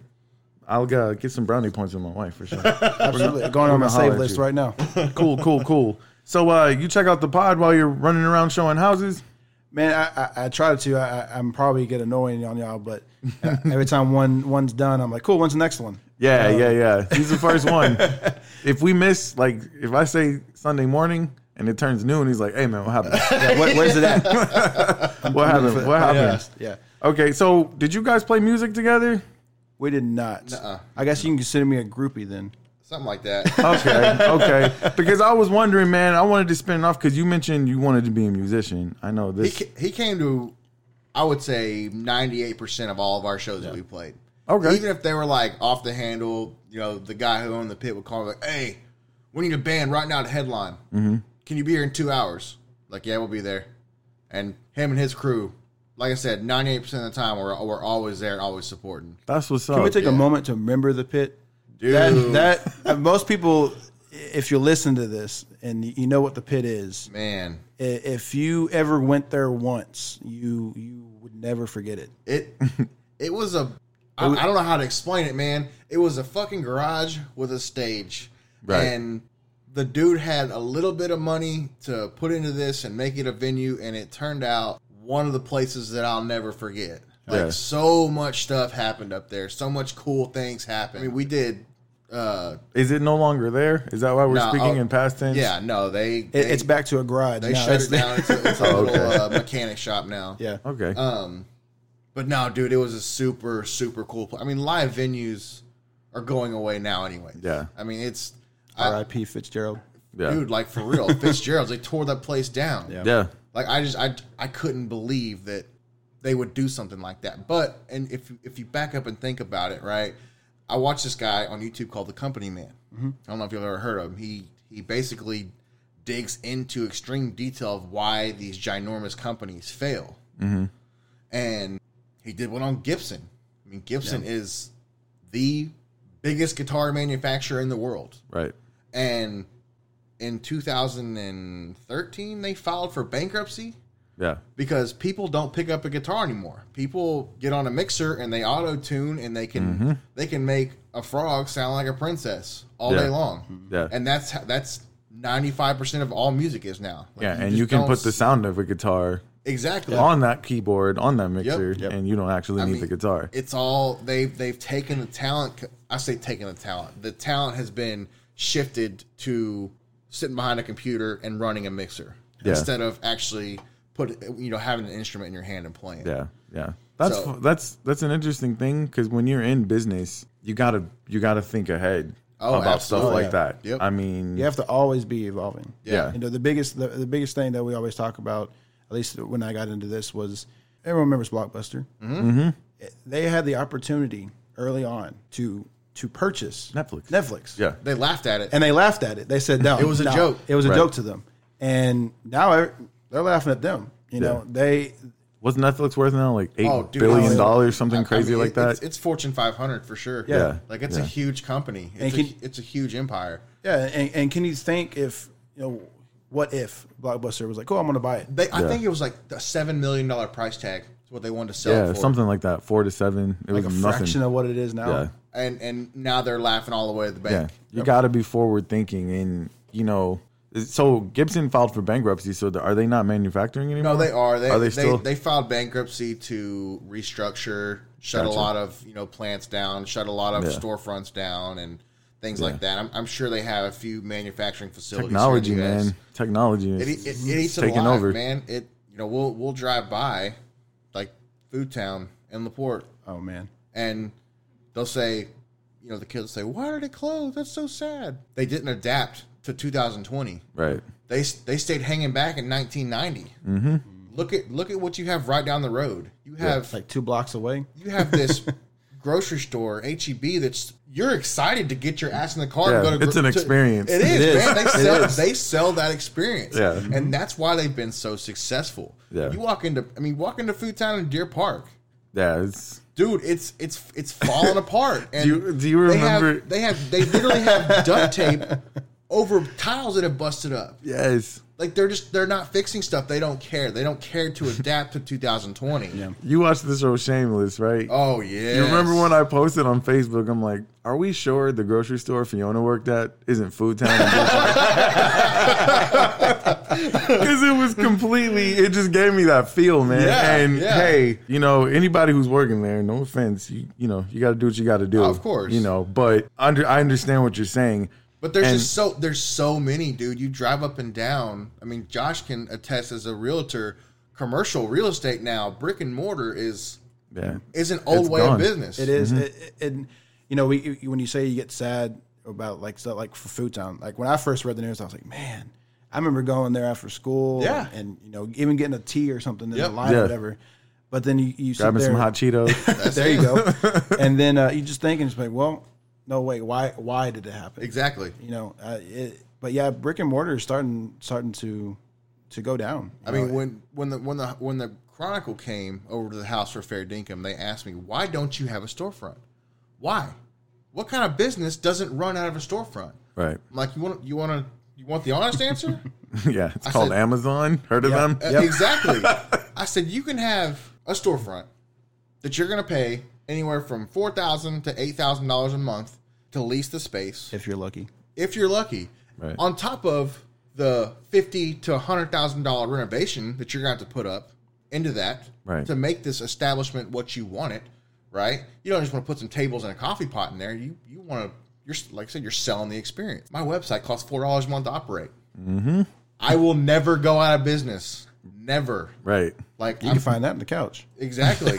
C: I'll uh, get some brownie points with my wife for sure. [laughs]
D: Absolutely. Going on my
C: gonna holler
D: save
C: at
D: list
C: you.
D: right now.
C: cool, cool, cool. So uh, you check out the pod while you're running around showing houses.
D: Man, I, I, I try to. I, I- I'm probably get annoying on y'all, but uh,
C: [laughs]
D: every time one one's done, I'm like, cool. When's the next one?
C: Yeah, yeah, yeah. He's the first one. if we miss, like, if I say Sunday morning and it turns noon, he's like, "Hey man, what happened?
D: Yeah, where- where's
C: [laughs]
D: it at?
C: What happened? What happened?"
D: yeah,
C: Okay, so did you guys play music together?
D: we did not. I guess you can consider me a groupie then.
E: something like
C: [laughs]
E: that.
C: Okay, okay. Because I was wondering, man, I wanted to spin it off because you mentioned you wanted to be a musician. I know
E: he,
C: this.
E: ca- he came to, I would say, ninety eight percent of all of our shows that we played.
C: Okay.
E: even if they were like off the handle, you know, the guy who owned the pit would call me like, "Hey, we need a band right now to headline. Mm-hmm. Can you be here in two hours?" Like, yeah, we'll be there. And him and his crew, like I said, ninety eight percent of the time, we're, we're always there, and always supporting.
C: That's what's up.
D: Can we take a moment to remember the pit?
E: Dude.
D: That that uh, most people, if you listen to this and you know what the pit is,
E: Man,
D: i- if you ever went there once, you you would never forget it.
E: It it was a I, I don't know how to explain it, man. It was a fucking garage with a stage.
C: Right.
E: And the dude had a little bit of money to put into this and make it a venue and it turned out one of the places that I'll never forget. Like
C: Yeah.
E: so much stuff happened up there. So much cool things happened. I mean, we did uh
C: Is it no longer there? Is that why we're
E: no,
C: speaking
E: oh,
C: in past tense?
E: Yeah, no, they,
D: It-
E: they
D: it's back to a garage.
E: they
D: now.
E: shut
D: It's-
E: it down. It's a, it's a little
C: okay.
E: uh, mechanic shop now.
D: Yeah.
C: Okay.
E: Um, but no, dude, it was a super, super cool place. I mean, live venues are going away now anyway.
C: Yeah.
E: I mean, it's, I,
D: R.I.P. Fitzgerald.
C: yeah.
E: dude, like for
C: [laughs]
E: real, Fitzgerald's, they tore that place down.
D: Yeah.
C: yeah.
E: Like I just, I, I couldn't believe that they would do something like that. But, and if, if you back up and think about it, right? I watched this guy on YouTube called The Company Man. I don't know if you've ever heard of him. He, he basically digs into extreme detail of why these ginormous companies fail and he did one on Gibson. I mean, Gibson is the biggest guitar manufacturer in the world.
C: Right.
E: And in 2013, they filed for bankruptcy
C: Yeah.
E: because people don't pick up a guitar anymore. People get on a mixer and they auto tune and they can
C: Mm-hmm.
E: they can make a frog sound like a princess all
C: Yeah.
E: day long.
C: Yeah.
E: and that's how, that's 95 percent of all music is now. Like,
C: Yeah, and
E: just
C: you can
E: don't
C: put the
E: s-
C: sound of a guitar
E: exactly
C: on that keyboard, on that mixer,
E: Yep.
C: and you don't actually need
E: mean,
C: the guitar.
E: It's all they've they've taken the talent. I say taken the talent. The talent has been shifted to sitting behind a computer and running a mixer
C: Yeah.
E: instead of actually put you know having an instrument in your hand and playing.
C: yeah, yeah. That's
E: So-
C: fu- that's that's an interesting thing because when you're in business, you gotta you gotta think ahead
E: Oh,
C: about
E: absolutely.
C: stuff like
E: Yeah.
C: that.
E: Yep.
C: I mean,
D: You have to always be evolving.
C: Yeah.
D: You know, the biggest the, the biggest thing that we always talk about, at least when I got into this, was everyone remembers Blockbuster. Mm-hmm. They had the opportunity early on to to purchase
C: Netflix.
D: Netflix.
C: yeah,
E: They laughed at it.
D: And they laughed at it. They said, "No,
E: [laughs] It was a
D: no,
E: joke.
D: It was a
C: Right.
D: joke to them." And now I- they're laughing at them. You know, they
C: what's Netflix worth now? Like eight billion
E: Oh, dude, it's-
C: dollars, something
E: I- I
C: crazy
E: mean,
C: like
E: it-
C: that.
E: It's, it's Fortune 500 for sure.
C: Yeah.
E: like it's a
C: Yeah.
E: huge company.
D: And
E: It's, a,
D: can-
E: it's a huge empire.
D: yeah. And, and can you think if you know what if Blockbuster was like, "Oh, I'm going to buy it."
E: They, I
C: Yeah.
E: think it was like a seven million dollar price tag. Is what they wanted to sell.
C: yeah,
E: it for.
C: something like that, four to seven. It
D: Like a
C: was nothing.
D: fraction of what it is now.
C: yeah,
E: and and now they're laughing all the way at the
C: Yeah,
E: bank.
C: you got to be forward thinking, and you know. So Gibson filed for bankruptcy. So are they not manufacturing anymore?
E: No, they are. They,
C: are they,
E: they,
C: still?
E: they filed bankruptcy to restructure, shut a
C: Gotcha.
E: lot of you know plants down, shut a lot of
C: Yeah.
E: storefronts down, and things like that. I'm, I'm sure they have a few manufacturing facilities. here in the
C: Technology,
E: US.
C: man. Technology
E: It, e,
C: is
E: it, it eats it
C: taking
E: alive,
C: over.
E: man. It you know we'll we'll drive by, like Food Town and Laporte,
D: Oh man.
E: and they'll say, you know, the kids say, "Why did it close? That's so sad." They didn't adapt to 2020
C: Right.
E: they they stayed hanging back in 1990. Mm-hmm. Look at look at what you have right down the road. You have
D: It's like two blocks away.
E: you have
C: [laughs]
E: this grocery store HEB that's you're excited to get your ass in the car.
C: Yeah,
E: and go to, gro-
C: it's an
E: to-
C: experience.
E: It is.
C: [laughs] It is.
E: Man. They sell they sell that experience.
C: Yeah.
E: and that's why they've been so successful.
C: Yeah.
E: you walk into I mean walk into Food Town in Deer Park.
C: Yeah. It's
E: Dude, it's it's it's falling apart. And
C: you- [laughs] do you remember-
E: They have, they have they literally
C: [laughs]
E: have duct tape over tiles that have busted up
C: yes.
E: like they're just they're not fixing stuff. They don't care. They don't care to adapt
C: [laughs]
E: to 2020. Yeah.
C: You watched the show Shameless, right?
E: Oh yeah.
C: You remember when I posted on Facebook? I'm like, "Are we sure the grocery store Fiona worked at isn't Food Town?" [laughs] Because it was completely. It just gave me that feel, man.
E: Yeah,
C: and
E: yeah.
C: hey, you know anybody who's working there, no offense, you, you know you got to do what you got to do.
E: Of course.
C: you know. But under, I understand what you're saying.
E: But there's
C: And-
E: just so there's so many, dude. You drive up and down. I mean, Josh can attest as a realtor. Commercial real estate now, brick and mortar is
C: Yeah,
E: is an old
C: It's
E: way
C: gone.
E: of business.
D: It
C: Mm-hmm.
D: is. It, it, and you know, we you- when you say you get sad about like stuff like for Food Town, like when I first read the news, I was like, man, I remember going there after school,
E: Yeah.
D: and, you know, even getting a tea or something in
E: Yep.
D: the line
C: Yeah.
D: or whatever. But then you, you sit
C: grabbing
D: there,
C: some hot
E: [laughs]
C: Cheetos.
D: there you go,
C: [laughs]
D: and then uh, you just think and just like, well, no wait, why why did it happen?
E: Exactly.
D: You know, uh, it, but yeah, brick and mortar is starting starting to to go down.
E: I mean, when when the when the when the Chronicle came over to the house for Fair Dinkum, they asked me, "Why don't you have a storefront? Why? What kind of business doesn't run out of a storefront?"
C: right. [laughs]
E: I'm like, "You want you want to you want the honest answer?"
C: Yeah, it's called
E: said-
C: Amazon. Heard of them?
E: Uh, Exactly. I said you can have a storefront that you're going to pay anywhere from four thousand to eight thousand dollars a month to lease the space,
D: if you're lucky,
E: if you're lucky.
C: Right.
E: On top of the fifty to hundred thousand dollar renovation that you're going to have to put up into that
C: Right.
E: to make this establishment what you want it. Right. You don't just want to put some tables and a coffee pot in there. You you want to. You're like I said. You're selling the experience. My website costs four dollars a month to operate. Mm-hmm. I will never go out of business. Never.
C: Right.
E: Like
D: you
E: I'm-
D: can find that in the couch.
C: [laughs]
E: Exactly.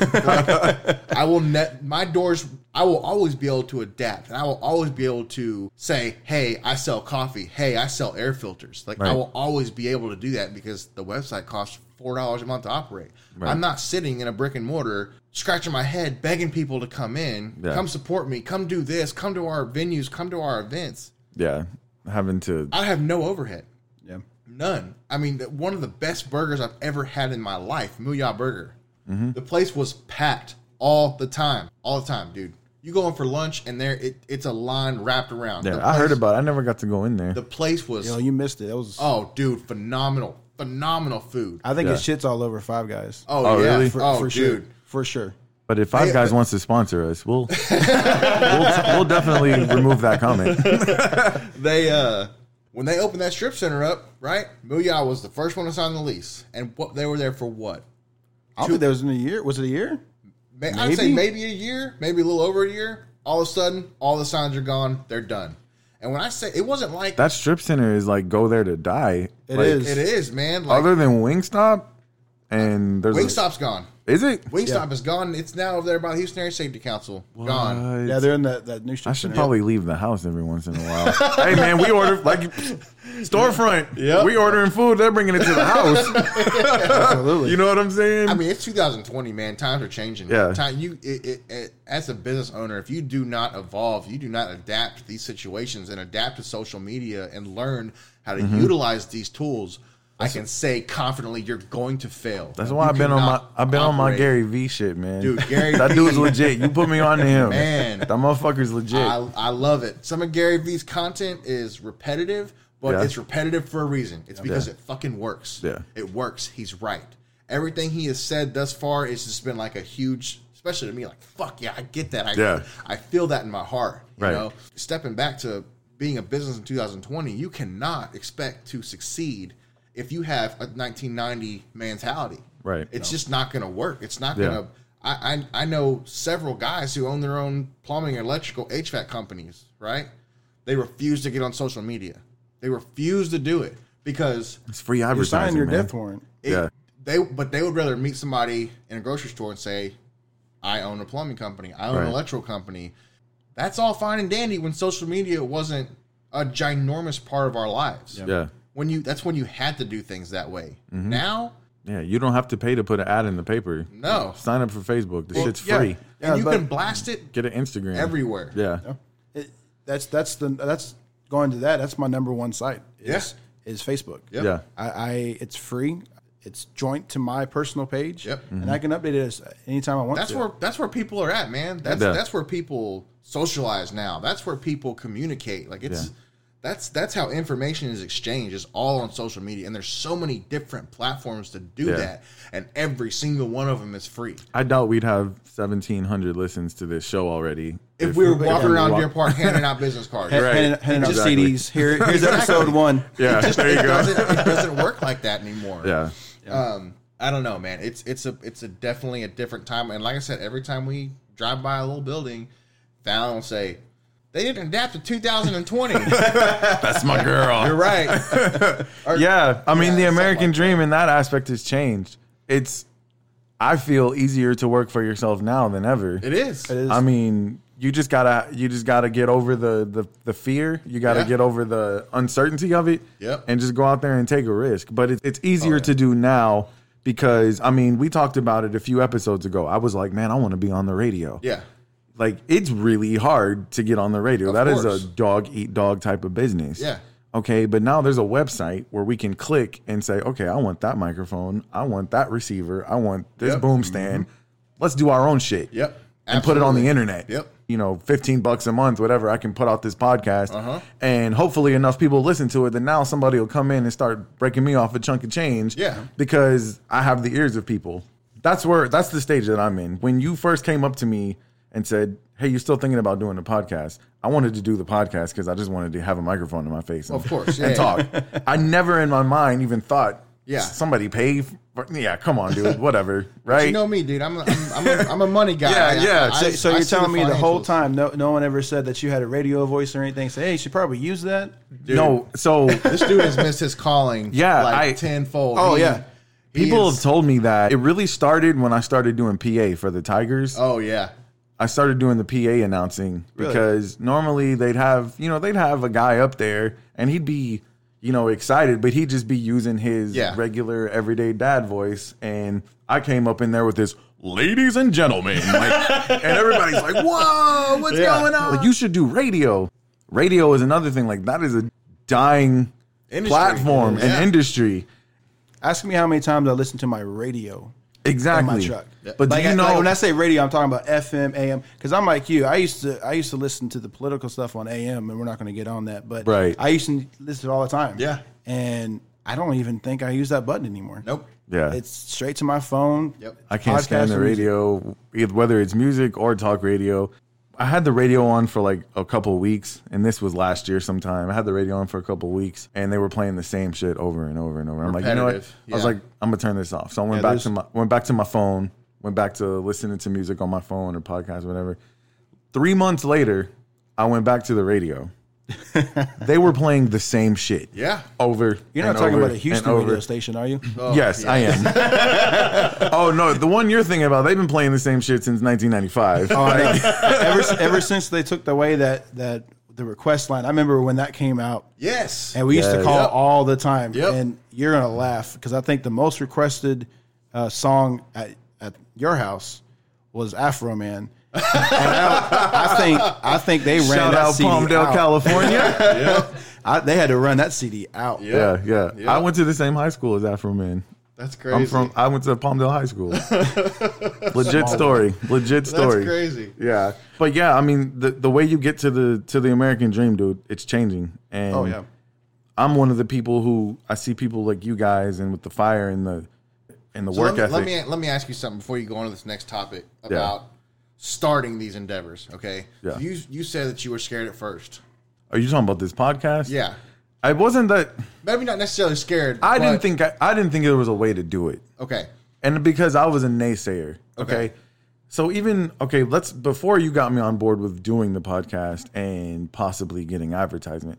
E: Like, I will net my doors. I will always be able to adapt, and I will always be able to say, "Hey, I sell coffee. Hey, I sell air filters." Like I
C: Right.
E: will always be able to do that because the website costs four dollars a month to operate. I'm not sitting in a brick and mortar scratching my head, begging people to come in,
C: Yeah.
E: come support me, come do this, come to our venues, come to our events.
C: Yeah, having to.
E: I have no overhead.
D: Yeah.
E: None. I mean, the- one of the best burgers I've ever had in my life, Muya Burger.
C: Mm-hmm.
E: The place was packed all the time, all the time, dude. You go in for lunch, and there it, it's a line wrapped around.
C: Yeah,
E: The
C: I heard
E: place-
C: about. it. I never got to go in there.
E: the place was.
D: You know, you missed it. That was.
E: oh, dude, phenomenal, phenomenal food.
D: I think
C: Yeah.
D: it shits all over Five Guys.
E: oh,
C: Oh,
E: yeah,
C: really?
E: For,
D: for,
E: oh,
D: for
E: dude.
D: sure, for sure.
C: But if Five Guys wants to sponsor us,
E: [laughs]
C: we'll we'll, we'll definitely remove that comment.
E: They uh, when they opened that strip center up, right? Muya was the first one to sign the lease, and what they were there for what?
D: I don't think there was in a year. Was it a year?
E: May, I'd say
D: Maybe.
E: maybe a year, maybe a little over a year. All of a sudden, all the signs are gone. They're done. And when I say it wasn't like
C: That strip center is like go there to die.
D: It
C: like,
D: is.
E: it is, man. Like
C: Other than Wingstop, and there's a-
E: Wingstop's gone.
C: is it?
E: Wingstop is gone. It's now over there by the Houston Air Safety Council. Gone.
C: Uh,
D: Yeah, they're in that, that new strip
C: I should
D: center.
C: probably leave the house every once in a
E: [laughs]
C: while. hey man, we order like storefront.
E: Yep.
C: we ordering food. They're bringing it to the house.
D: Absolutely. [laughs]
C: you know what I'm saying?
E: I mean, it's 2020, man. Times are changing.
C: Yeah.
E: Time, you, it, it, it, as a business owner, if you do not evolve, you do not adapt to these situations and adapt to social media and learn how to
C: Mm-hmm.
E: utilize these tools, I can say confidently you're going to fail.
C: that's why I've been on my I've been on my Gary V shit, man.
E: Dude, Gary
C: that
E: Vee-
C: dude's legit. You put me on to him,
E: Man.
C: That motherfucker's legit.
E: I, I love it. Some of Gary Vee's content is repetitive, but
C: Yeah.
E: it's repetitive for a reason. It's because
C: Yeah.
E: it fucking works.
C: Yeah.
E: It works. He's right. Everything he has said thus far has just been like a huge, especially to me, like fuck yeah, I get that. I,
C: Yeah.
E: I feel that in my heart. You
C: Right.
E: know, stepping back to being a business in 2020, you cannot expect to succeed if you have a 1990 mentality.
C: Right.
E: It's just not going to work. It's not
C: Yeah.
E: going to. I, I I know several guys who own their own plumbing, electrical, HVAC companies. Right. They refuse to get on social media. They refuse to do it because
C: It's free
D: You're
C: advertising,
D: signing your
C: man.
D: death warrant.
E: it,
C: Yeah.
E: they but they would rather meet somebody in a grocery store and say, "I own a plumbing company. I own
C: Right.
E: an electrical company." That's all fine and dandy when social media wasn't a ginormous part of our lives.
C: Yeah. Mm-hmm.
E: When you that's when you had to do things that way. Now,
C: Yeah, you don't have to pay to put an ad in the paper.
E: no.
C: Sign up for Facebook. The shit's
E: Yeah.
C: free.
D: Yeah,
E: and you
D: but-
E: can blast it
C: Get an Instagram.
E: everywhere.
C: Yeah.
D: It, that's that's the that's going to that. That's my number one site. Is,
E: Yes.
D: is Facebook.
E: Yep.
C: Yeah.
D: I, I it's free. It's joint to my personal page.
E: Yep.
D: And
C: Mm-hmm.
D: I can update it as- anytime I want.
E: That's
D: to.
E: where that's where people are at, man. That's
C: Yeah.
E: that's where people socialize now. That's where people communicate. Like it's
C: Yeah.
E: that's that's how information is exchanged. Is all on social media, and there's so many different platforms to do
C: Yeah.
E: that, and every single one of them is free.
C: I doubt we'd have 1,700 listens to this show already.
E: If we were walking
C: we
E: around
C: walk- [laughs]
E: Deer Park handing out business cards,
D: Ha-
C: Right.
D: handing, handing out
C: Exactly.
D: CDs. Here,
C: [laughs]
D: here's episode one.
C: Yeah, there you
E: it,
C: go.
E: doesn't, it doesn't work like that anymore.
C: Yeah.
E: Um, I don't know, man. It's it's a it's a definitely a different time. And like I said, every time we drive by a little building, Fallon will say, "They didn't adapt to
A: [laughs]
E: 2020."
A: That's my girl.
E: You're right.
C: Yeah. I mean,
E: Yeah,
C: the
E: something
C: American
E: like
C: dream in that aspect has changed. It's, I feel easier to work for yourself now than ever.
E: It
C: [laughs]
E: is. It
D: is.
C: I mean, you just gotta you just gotta get over the the, the fear. You gotta
E: Yeah.
C: get over the uncertainty of it.
E: Yep. Oh,
C: And just go out there and take a risk. But it's it's easier to do now because I mean we talked about it a few episodes ago. I was like, man, I want to be on the radio.
E: Yeah.
C: Like it's really hard to get on the radio.
E: Of
C: That is
E: course.
C: a dog eat dog type of business.
E: Yeah.
C: Okay, but now there's a website where we can click and say, okay, I want that microphone, I want that receiver, I want this
E: Yep. Mm-hmm.
C: boom stand. Let's do our own shit
E: Yep.
C: and put it on the
E: Absolutely.
C: internet.
E: Yep.
C: You know, 15 bucks a month, whatever, I can put out this podcast.
E: Uh-huh.
C: And hopefully enough people listen to it that now somebody will come in and start breaking me off a chunk of change.
E: Yeah.
C: Because I have the ears of people. That's where, that's the stage that I'm in. When you first came up to me and said, Hey, you're still thinking about doing a podcast. I wanted to do the podcast because I just wanted to have a microphone in my face. And,
E: Of course,
C: and
E: yeah. [laughs]
C: talk. I never in my mind even thought,
E: Yeah.
C: somebody pay. For, yeah, come on, dude. Whatever. Right.
E: You know me, dude. I'm a, I'm, I'm, a, I'm a money guy.
C: Yeah,
E: I-
C: yeah.
E: I-
D: So,
E: I-
D: so
E: I
D: you're
E: see
D: telling me the whole
E: financials.
D: time no, no one ever said that you had a radio voice or anything. Say, hey, you should probably use that.
C: No. So
E: [laughs] this dude has missed his calling.
C: [laughs] Yeah,
E: like
C: I-
E: tenfold.
D: Oh,
E: He-
D: yeah.
E: he
C: People
E: is-
C: have told me that it really started when I started doing PA for the Tigers.
E: oh yeah,
C: I started doing the PA announcing because normally they'd have, you know, they'd have a guy up there and he'd be, you know, excited, but he'd just be using his
E: Yeah.
C: regular everyday dad voice. And I came up in there with this, ladies and gentlemen.
E: [laughs]
C: Like, and everybody's like, whoa, what's
E: Yeah.
C: going on? Like, you should do radio. Radio is another thing. Like, that is a dying
E: Industry.
C: platform and
E: Yeah.
C: industry.
D: Ask me how many times I listened to my radio.
C: Exactly.
D: truck.
C: But
D: like,
C: do
D: I-
C: you know
D: like, when I say radio, I'm talking about FM, AM. Because I'm like you, I used to I used to listen to the political stuff on AM, and we're not going to get on that. But
C: Right.
D: I used to listen to it all the time.
E: Yeah.
D: and I don't even think I use that button anymore.
E: nope.
C: Yeah.
D: it's straight to my phone.
E: Yep.
C: I can't stand
D: Podcast
C: the
D: or music.
C: radio, either- whether it's music or talk radio. I had the radio on for like a couple weeks, and this was last year sometime. I had the radio on for a couple weeks, and they were playing the same shit over and over and over. I'm like, you know what?
E: Repetitive,
C: I was
E: yeah.
C: like, I'm gonna turn this off. So I went
D: Yeah,
C: back to my went back to my phone, went back to listening to music on my phone or podcasts, whatever. Three months later, I went back to the
D: [laughs]
C: radio. they were playing the same shit.
E: Yeah.
C: Over.
D: You're not
C: and
D: talking
C: over
D: about a
C: and
D: Houston radio
C: over.
D: station, are you?
E: Oh,
C: Yes,
E: yeah.
C: I am.
E: [laughs]
C: oh no, the one you're thinking about. They've been playing the same shit since 1995.
E: Oh,
C: Like,
D: [laughs] ever
C: [laughs]
D: ever since they took away that that the request line, I remember when that came out,
E: Yes.
D: and we used to
C: Yes.
D: call
E: Yep.
D: all the time.
E: Yep.
D: And you're gonna laugh because I think the most requested uh, song at, at your house was Afro Man. [laughs] and I, I think I think they
C: [laughs]
D: ran
C: shout
D: that
C: out
D: CD
C: Palmdale,
D: out.
C: California.
D: I, they had to run that CD out.
C: yeah, yeah,
E: [laughs] Yeah.
C: I went to the same high school as Afro Man.
E: That's crazy.
C: I'm from. I went to Palmdale High
E: [laughs]
C: School. Legit story. Legit
E: That's
C: story.
E: crazy.
C: Yeah, but yeah, I mean the the way you get to the to the American dream, dude, it's changing. And
D: Oh yeah.
C: I'm one of the people who I see people like you guys and with the fire and the and the
E: So
C: work
E: let,
C: ethic.
E: me, let me let me ask you something before you go on to this next topic about starting these endeavors. Okay,
C: Yeah.
E: you you said that you were scared at first.
C: Are you talking about this podcast?
E: Yeah,
C: I wasn't that.
E: maybe not necessarily scared.
C: I didn't
E: but-
C: think I, I didn't think there was a way to do it,
E: Okay,
C: and because I was a naysayer. Okay.
E: Okay.
C: So even okay, let's before you got me on board with doing the podcast and possibly getting advertisement,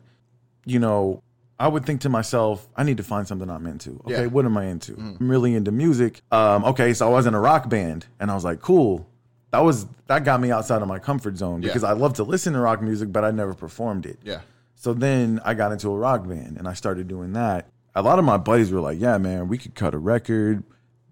C: you know, I would think to myself, I need to find something I'm into. Okay,
E: Yeah. Mm.
C: what am I into? I'm really into music. Um, okay, so I was in a rock band, and I was like, cool. That was that got me outside of my comfort zone
E: Yeah.
C: because I love to listen to rock music, but I never performed it.
E: yeah,
C: So then I got into a rock band and I started doing that. A lot of my buddies were like, "Yeah, man, we could cut a record.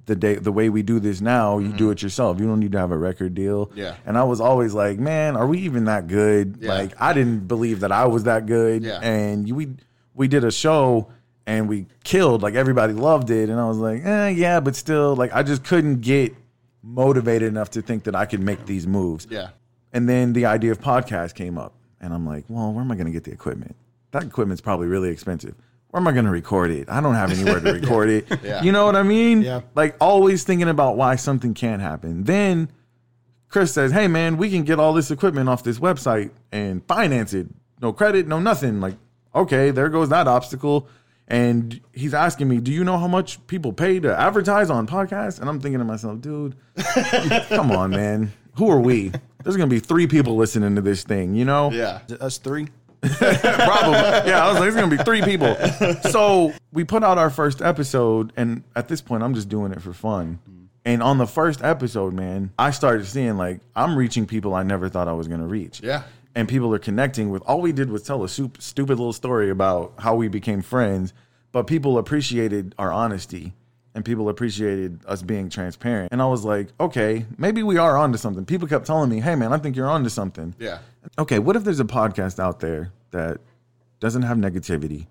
C: The day, the way we do this now, you do it yourself. You don't need to have a record deal."
E: Mm-hmm. Yeah.
C: And I was always like, "Man, are we even that good?"
E: Yeah.
C: Like I didn't believe that I was that good.
E: Yeah.
C: And we we did a show and we killed. Like everybody loved it, and I was like, eh, "Yeah, but still, like I just couldn't get motivated enough to think that I could make these moves."
E: yeah,
C: And then the idea of podcast came up, and I'm like, well, where am I going to get the equipment? That equipment's probably really expensive. Where am I going to record it? I don't have anywhere
E: [laughs]
C: to record it.
E: Yeah.
C: You know what I mean?
D: Yeah.
C: Like always thinking about why something can't happen. Then Chris says, "Hey man, we can get all this equipment off this website and finance it. No credit, no nothing." Like, okay, there goes that obstacle. And he's asking me, "Do you know how much people pay to advertise on podcasts?" And I'm thinking to myself, "Dude, come on, man. Who are we? There's gonna be three people listening to this thing, you know?
E: yeah.
D: Is it us three?
C: Probably. Yeah, I was like, there's gonna be three people. So we put out our first episode, and at this point, I'm just doing it for fun. And on the first episode, man, I started seeing like I'm reaching people I never thought I was gonna reach.
E: Yeah.
C: And people are connecting with all we did was tell a sup- stupid little story about how we became friends, but people appreciated our honesty and people appreciated us being transparent. And I was like, okay, maybe we are onto something. People kept telling me, hey, man, I think you're onto something
E: Yeah.
C: okay, what if there's a podcast out there that doesn't have negativity,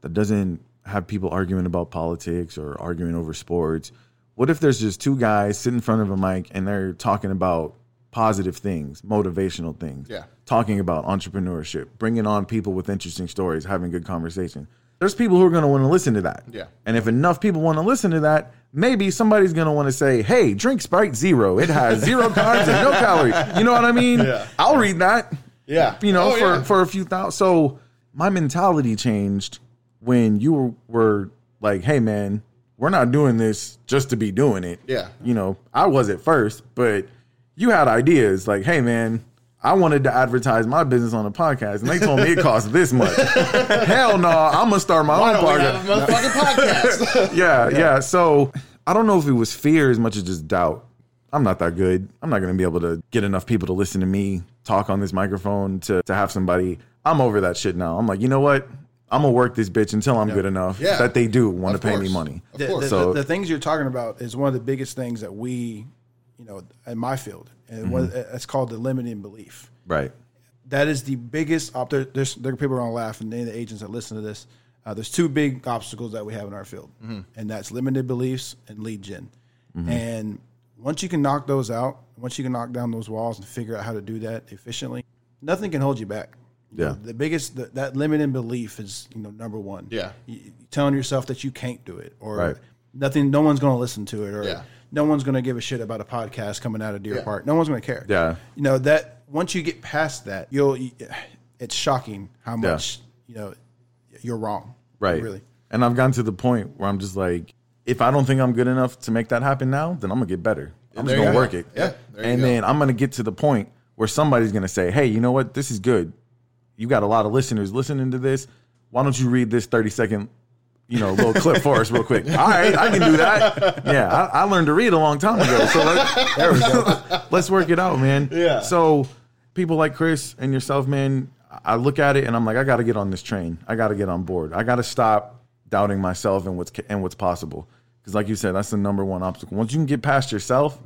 C: that doesn't have people arguing about politics or arguing over sports? What if there's just two guys sitting in front of a mic and they're talking about positive things, motivational things,
E: Yeah.
C: talking about entrepreneurship, bringing on people with interesting stories, having good conversation? There's people who are going to want to listen to that.
E: Yeah.
C: And if enough people want to listen to that, maybe somebody's going to want to say, hey, drink Sprite Zero. It
E: [laughs]
C: has zero carbs and no calories. You know what I mean?
E: Yeah.
C: I'll read that.
E: Yeah.
C: You know,
E: Oh,
C: for,
E: yeah.
C: for a few thousand. So my mentality changed when you were, were like, hey, man, we're not doing this just to be doing it.
E: Yeah.
C: You know, I was at first, but you had ideas like, hey, man, I wanted to advertise my business on a podcast, and they told me it cost this
E: [laughs]
C: much. Hell no, I'm going to start my
E: Why
C: own
E: don't we
C: podcast
E: have a motherfucking podcast?
C: yeah, yeah. So I don't know if it was fear as much as just doubt. I'm not that good. I'm not going to be able to get enough people to listen to me talk on this microphone to, to have somebody. I'm over that shit now. I'm like, you know what? I'm going to work this bitch until I'm good enough
E: Yeah.
C: that they do want
E: Of
C: to pay me
E: course.
C: money.
E: Of
D: The,
E: course.
D: the-
C: So-
D: the, the things you're talking about is one of the biggest things that we, you know, in my field, and
C: Mm-hmm.
D: one, uh, it's called the limiting belief.
C: Right.
D: that is the biggest op- there, there's there are people who are gonna laugh and any of the agents that listen to this uh, there's two big obstacles that we have in our field and that's limited beliefs and lead general and once you can knock those out once you can knock down those walls and figure out how to do that efficiently nothing can hold you back You know,
C: Yeah.
D: the biggest the, that limiting belief is you know number one
E: [laughs] Yeah.
D: You- you telling yourself that you can't do it or
C: Right.
D: nothing no one's gonna listen to it or
E: Yeah.
D: no one's gonna give a shit about a podcast coming out of deer
E: Yeah.
D: park no one's gonna care
C: Yeah.
D: you know that once you get past that you'll [sighs] it's shocking how much you know you're wrong
C: Right.
D: really
C: And I've gotten to the point where I'm just like, if I don't think I'm good enough to make that happen now, then I'm gonna get better. I'm just
E: There you
C: gonna
E: go.
C: work it.
E: Yeah, there you
C: And
E: go.
C: then I'm gonna get to the point where somebody's gonna say, Hey, you know what? This is good. You got a lot of listeners listening to this. Why don't you read this 30 second, you know, little clip for us real quick? All right, I can do that. Yeah, I, I learned to read a long time ago. So let's, there we go. let's work it out, man.
E: Yeah.
C: So people like Chris and yourself, man, I look at it and I'm like, I got to get on this train. I got to get on board. I got to stop doubting myself and what's and what's possible. Because like you said, that's the number one obstacle. Once you can get past yourself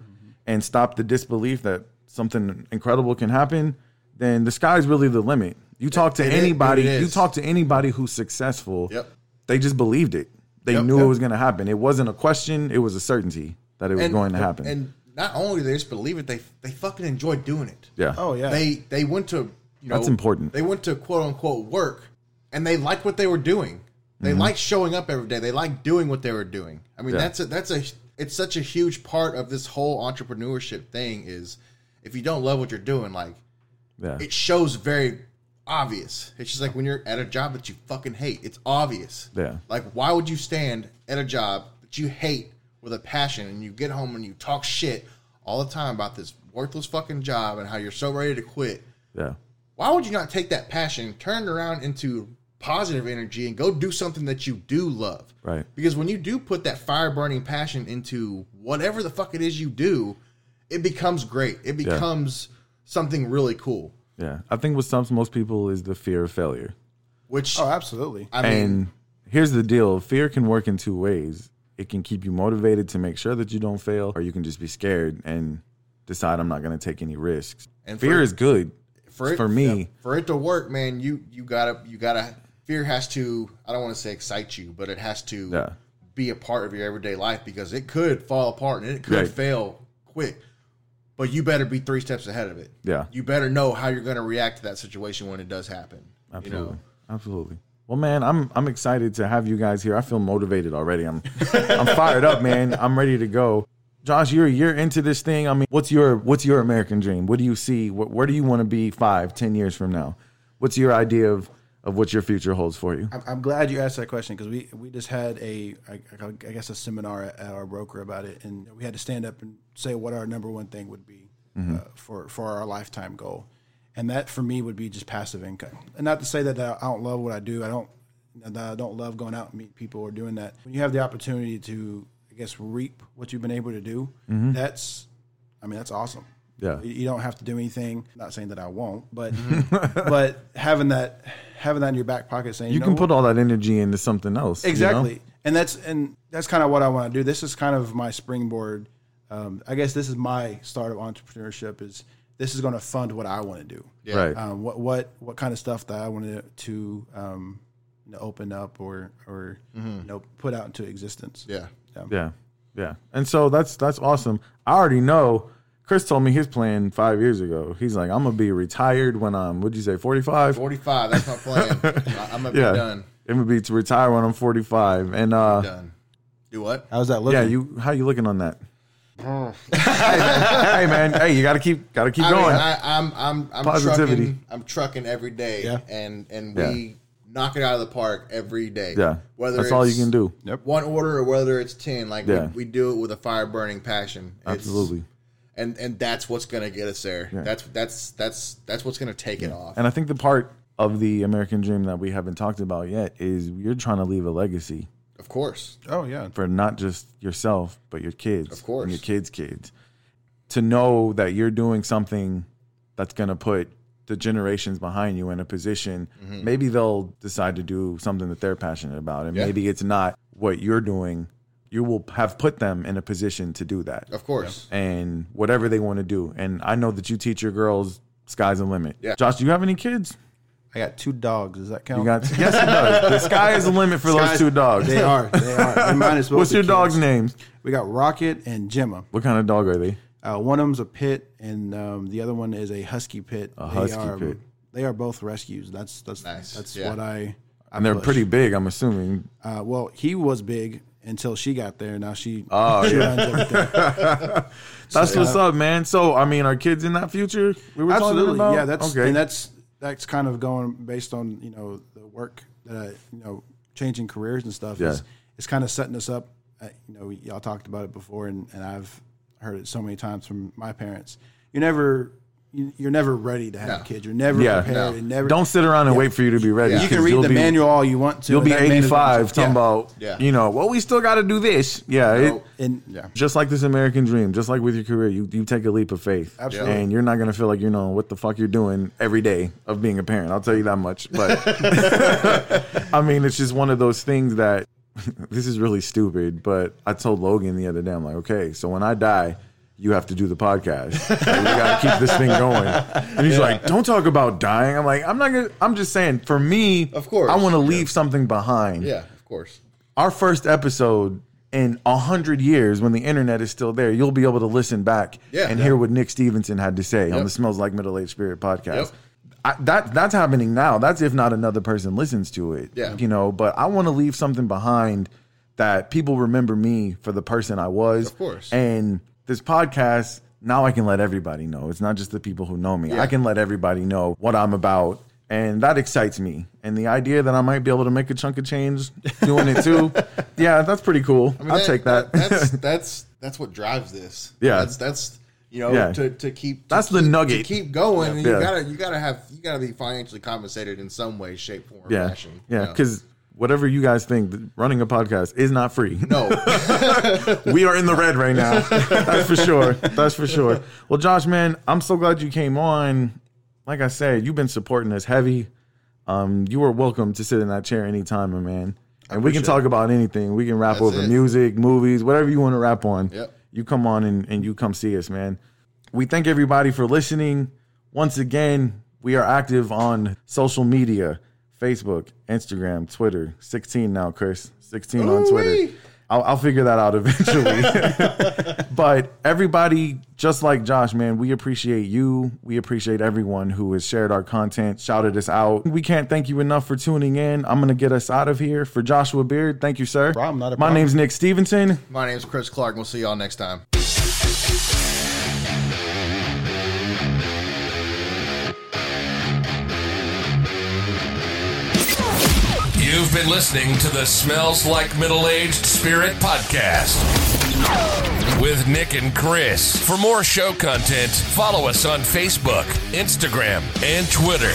C: and stop the disbelief that something incredible can happen, then the sky's really the limit. You talk to
E: It is-
C: anybody,
E: it is.
C: you talk to anybody who's successful.
E: Yep.
C: They just believed it. They
E: Yep,
C: knew it
E: yep.
C: was going to happen. It wasn't a question. It was a certainty that it was going to happen.
E: And not only they just believe it, they they fucking enjoy doing it.
C: yeah.
D: oh yeah
E: They they went to you know
C: That's important.
E: They went to quote unquote work, and they liked what they were doing. They liked showing up every day. They liked doing what they were doing. I mean,
C: Mm-hmm. Yeah.
E: that's a that's a it's such a huge part of this whole entrepreneurship thing is if you don't love what you're doing, like
C: Yeah.
E: it shows very obvious. It's just like when you're at a job that you fucking hate. It's obvious.
C: Yeah.
E: Like why would you stand at a job that you hate with a passion and you get home and you talk shit all the time about this worthless fucking job and how you're so ready to quit?
C: yeah.
E: Why would you not take that passion, turn it around into positive energy and go do something that you do love?
C: Right.
E: Because when you do put that fire burning passion into whatever the fuck it is you do, it becomes great. It becomes something really cool.
C: Yeah. I think what stumps most people is the fear of failure.
E: Which
D: Oh, absolutely.
E: I mean,
C: And here's the deal fear can work in two ways it can keep you motivated to make sure that you don't fail, or you can just be scared and decide I'm not going to take any risks.
E: And
C: fear
E: for-
C: is good for,
E: it,
C: me.
E: yeah, for it to work, man, you you gotta you gotta fear has to. I don't want to say excite you, but it has to
C: Yeah.
E: be a part of your everyday life because it could fall apart and it could
C: Right.
E: fail quick. But you better be three steps ahead of it.
C: Yeah.
E: you better know how you're going to react to that situation when it does happen. You know,
C: Absolutely. Well, man, I'm I'm excited to have you guys here. I feel motivated already. I'm [laughs] I'm fired up, man. I'm ready to go. Josh, you're you're into this thing. I mean, what's your what's your American dream? What do you see? Wh- where do you want to be five, ten years from now? What's your idea of of what your future holds for you?
D: I'm, I'm glad you asked that question because we, we just had a I, I guess a seminar at our broker about it, and we had to stand up and say what our number one thing would be
C: Mm-hmm.
D: uh, for for our lifetime goal, and that for me would be just passive income. And not to say that I don't love what I do, I don't that I don't love going out and meet people or doing that. When you have the opportunity to, I guess, reap what you've been able to do, that's I mean that's awesome.
C: Mm-hmm. Yeah.
D: You- you don't have to do anything. Not saying that I won't, but
C: [laughs]
D: but having that having that in your back pocket, saying
C: You
D: know
C: can
D: what?
C: put all that energy into something else. you know?
D: Exactly. And that's and that's kind of what I want to do. This is kind of my springboard. Um, I guess this is my start of entrepreneurship. Is this is going to fund what I want to do?
E: Yeah.
C: Right.
D: Um, what what what kind of stuff that I wanted to um, you know, open up or or you know put out into existence?
E: yeah.
C: Mm-hmm. Yeah, yeah. And so that's that's awesome. I already know. Chris told me his plan five years ago. He's like, I'm gonna be retired when I'm. What'd you say? Forty five.
E: Forty-five. That's my
C: [laughs]
E: plan. I- I'm gonna
C: Yeah.
E: be done.
C: It would be to retire when I'm 45. And uh,
E: Done. Do what?
D: How's that
C: yeah,
D: looking?
C: you how you looking on
E: [laughs]
C: that? hey, man. hey man, hey, you gotta keep gotta keep
E: I
C: going.
E: Mean, I, I'm I'm I'm
C: Positivity.
E: trucking. I'm trucking every day,
D: Yeah.
E: and and
C: Yeah.
E: we knock it out of the park every day.
C: yeah,
E: whether
C: that's all you
E: it's
C: can do.
E: One order or whether it's ten, like
C: Yeah.
E: we, we do it with a fire burning passion. It's-
C: Absolutely.
E: and and that's what's gonna get us there. That's that's that's that's what's gonna take it off.
C: And I think the part of the American dream that we haven't talked about yet is you're trying to leave a legacy
E: of course,
D: oh yeah.
C: for not just yourself but your kids,
E: Of course.
C: and your kids' kids. To know that you're doing something that's gonna put the generations behind you in a position,
E: Mm-hmm.
C: maybe they'll decide to do something that they're passionate about, and
E: Yeah.
C: maybe it's not what you're doing. You will have put them in a position to do that,
E: of course.
C: and whatever they want to do. And I know that you teach your girls sky's the limit.
E: Yeah.
C: Josh, do you have any kids?
D: I got two dogs. Does that count?
C: You got yes, it does. The sky is the limit for
D: Guys,
C: those two dogs.
D: They are. They are. They
C: [laughs]
D: might as well
C: What's
D: be
C: your
D: kids.
C: dog's name?
D: We got Rocket and Gemma.
C: What kind of dog are they?
D: Uh, one of them's a pit, and um, the other one is a husky pit. A
C: husky pit.
D: They are both rescues. That's that's
E: Nice.
D: that's
E: Yeah.
D: what I. I
C: And they're
D: push.
C: pretty big, I'm assuming.
D: Uh, well, he was big until she got there. Now she.
C: Oh,
D: [laughs] she
C: [laughs]
D: runs everything.
C: That's what's up, man. So, I mean, are kids in that future? We were talking
D: Absolutely.
C: about?
D: Yeah. That's
C: okay.
D: and that's that's kind of going based on you know the work that I, you know changing careers and stuff.
C: Yeah.
D: Is, it's kind of setting us up. Uh, you know, y'all talked about it before, and, and I've heard it so many times from my parents. You're never you, you're never ready to have
E: No.
D: kids. You're never
C: Yeah.
D: prepared.
E: No.
D: And never
C: Don't sit around and wait for you to be ready.
D: You
C: 'cause
D: can read
C: you'll
D: the
C: be-
D: manual all you want to.
C: You'll
D: and
C: be
D: that manual's
C: 85
D: gonna-
C: talking about,
E: Yeah.
C: you know, well, we still got to do this. Yeah. it-
E: Nope.
D: Yeah. And yeah.
C: just like this American dream, just like with your career, you, you take a leap of faith.
D: Absolutely.
C: And you're not going to feel like you know what the fuck you're doing every day of being a parent. I'll tell you that much. But [laughs] I mean, it's just one of those things that [laughs] this is really stupid. But I told Logan the other day, I'm like, okay, so when I die, you have to do the podcast. [laughs] Like, we got to keep this thing going. And he's like, don't talk about dying. I'm like, I'm not going to, I'm just saying, for me,
E: Of course.
C: I want to leave something behind
E: Yeah, of course.
C: our first episode in a hundred years when the internet is still there, you'll be able to listen back
E: Yeah.
C: and
E: Yeah.
C: hear what Nick Stevenson had to say on
E: Yep.
C: the Smells Like Middle Aged Spirit podcast.
E: Yep.
C: I, that that's happening now. That's if not another person listens to it.
E: Yeah.
C: You know, but I want to leave something behind that people remember me for the person I was.
E: Of course.
C: And this podcast now I can let everybody know. It's not just the people who know me. I can let everybody know what I'm about. And that excites me. And the idea that I might be able to make a chunk of change doing it [laughs] too. yeah, that's pretty cool. I
E: mean,
C: will take that. [laughs]
E: that's that's that's what drives this.
C: Yeah.
E: that's that's you know
C: Yeah.
E: to, to keep to
C: That's the
E: keep-
C: nugget.
E: to keep going.
C: Yeah.
E: You gotta you gotta have you gotta be financially compensated in some way, shape, form,
C: yeah.
E: fashion. you
C: yeah.
E: know.
C: Because whatever you guys think, th- running a podcast is not free.
E: no,
C: we are in the red right now. That's for sure. That's for sure. Well, Josh, man, I'm so glad you came on. Like I said, you've been supporting us heavy. Um, you are welcome to sit in that chair anytime, my man. And we can
E: appreciate
C: talk about anything. We can rap
E: That's
C: over
E: it.
C: music, movies, whatever you want to rap on.
E: Yep.
C: You come on and, and you come see us, man. We thank everybody for listening. Once again, we are active on social media Facebook, Instagram, Twitter. 16 now, Chris. 16 on Twitter. I'll, I'll figure that out eventually. [laughs] but everybody, just like Josh, man, we appreciate you. We appreciate everyone who has shared our content, shouted us out. We can't thank you enough for tuning in. I'm going to get us out of here. For Joshua Beard, thank you, sir.
D: Problem, not a
C: My
D: problem.
C: name's Nick Stevenson.
E: my name's Chris Clark. We'll see y'all next time.
A: You've been listening to the Smells Like Middle Aged Spirit podcast with Nick and Chris. For more show content, follow us on Facebook, Instagram, and Twitter.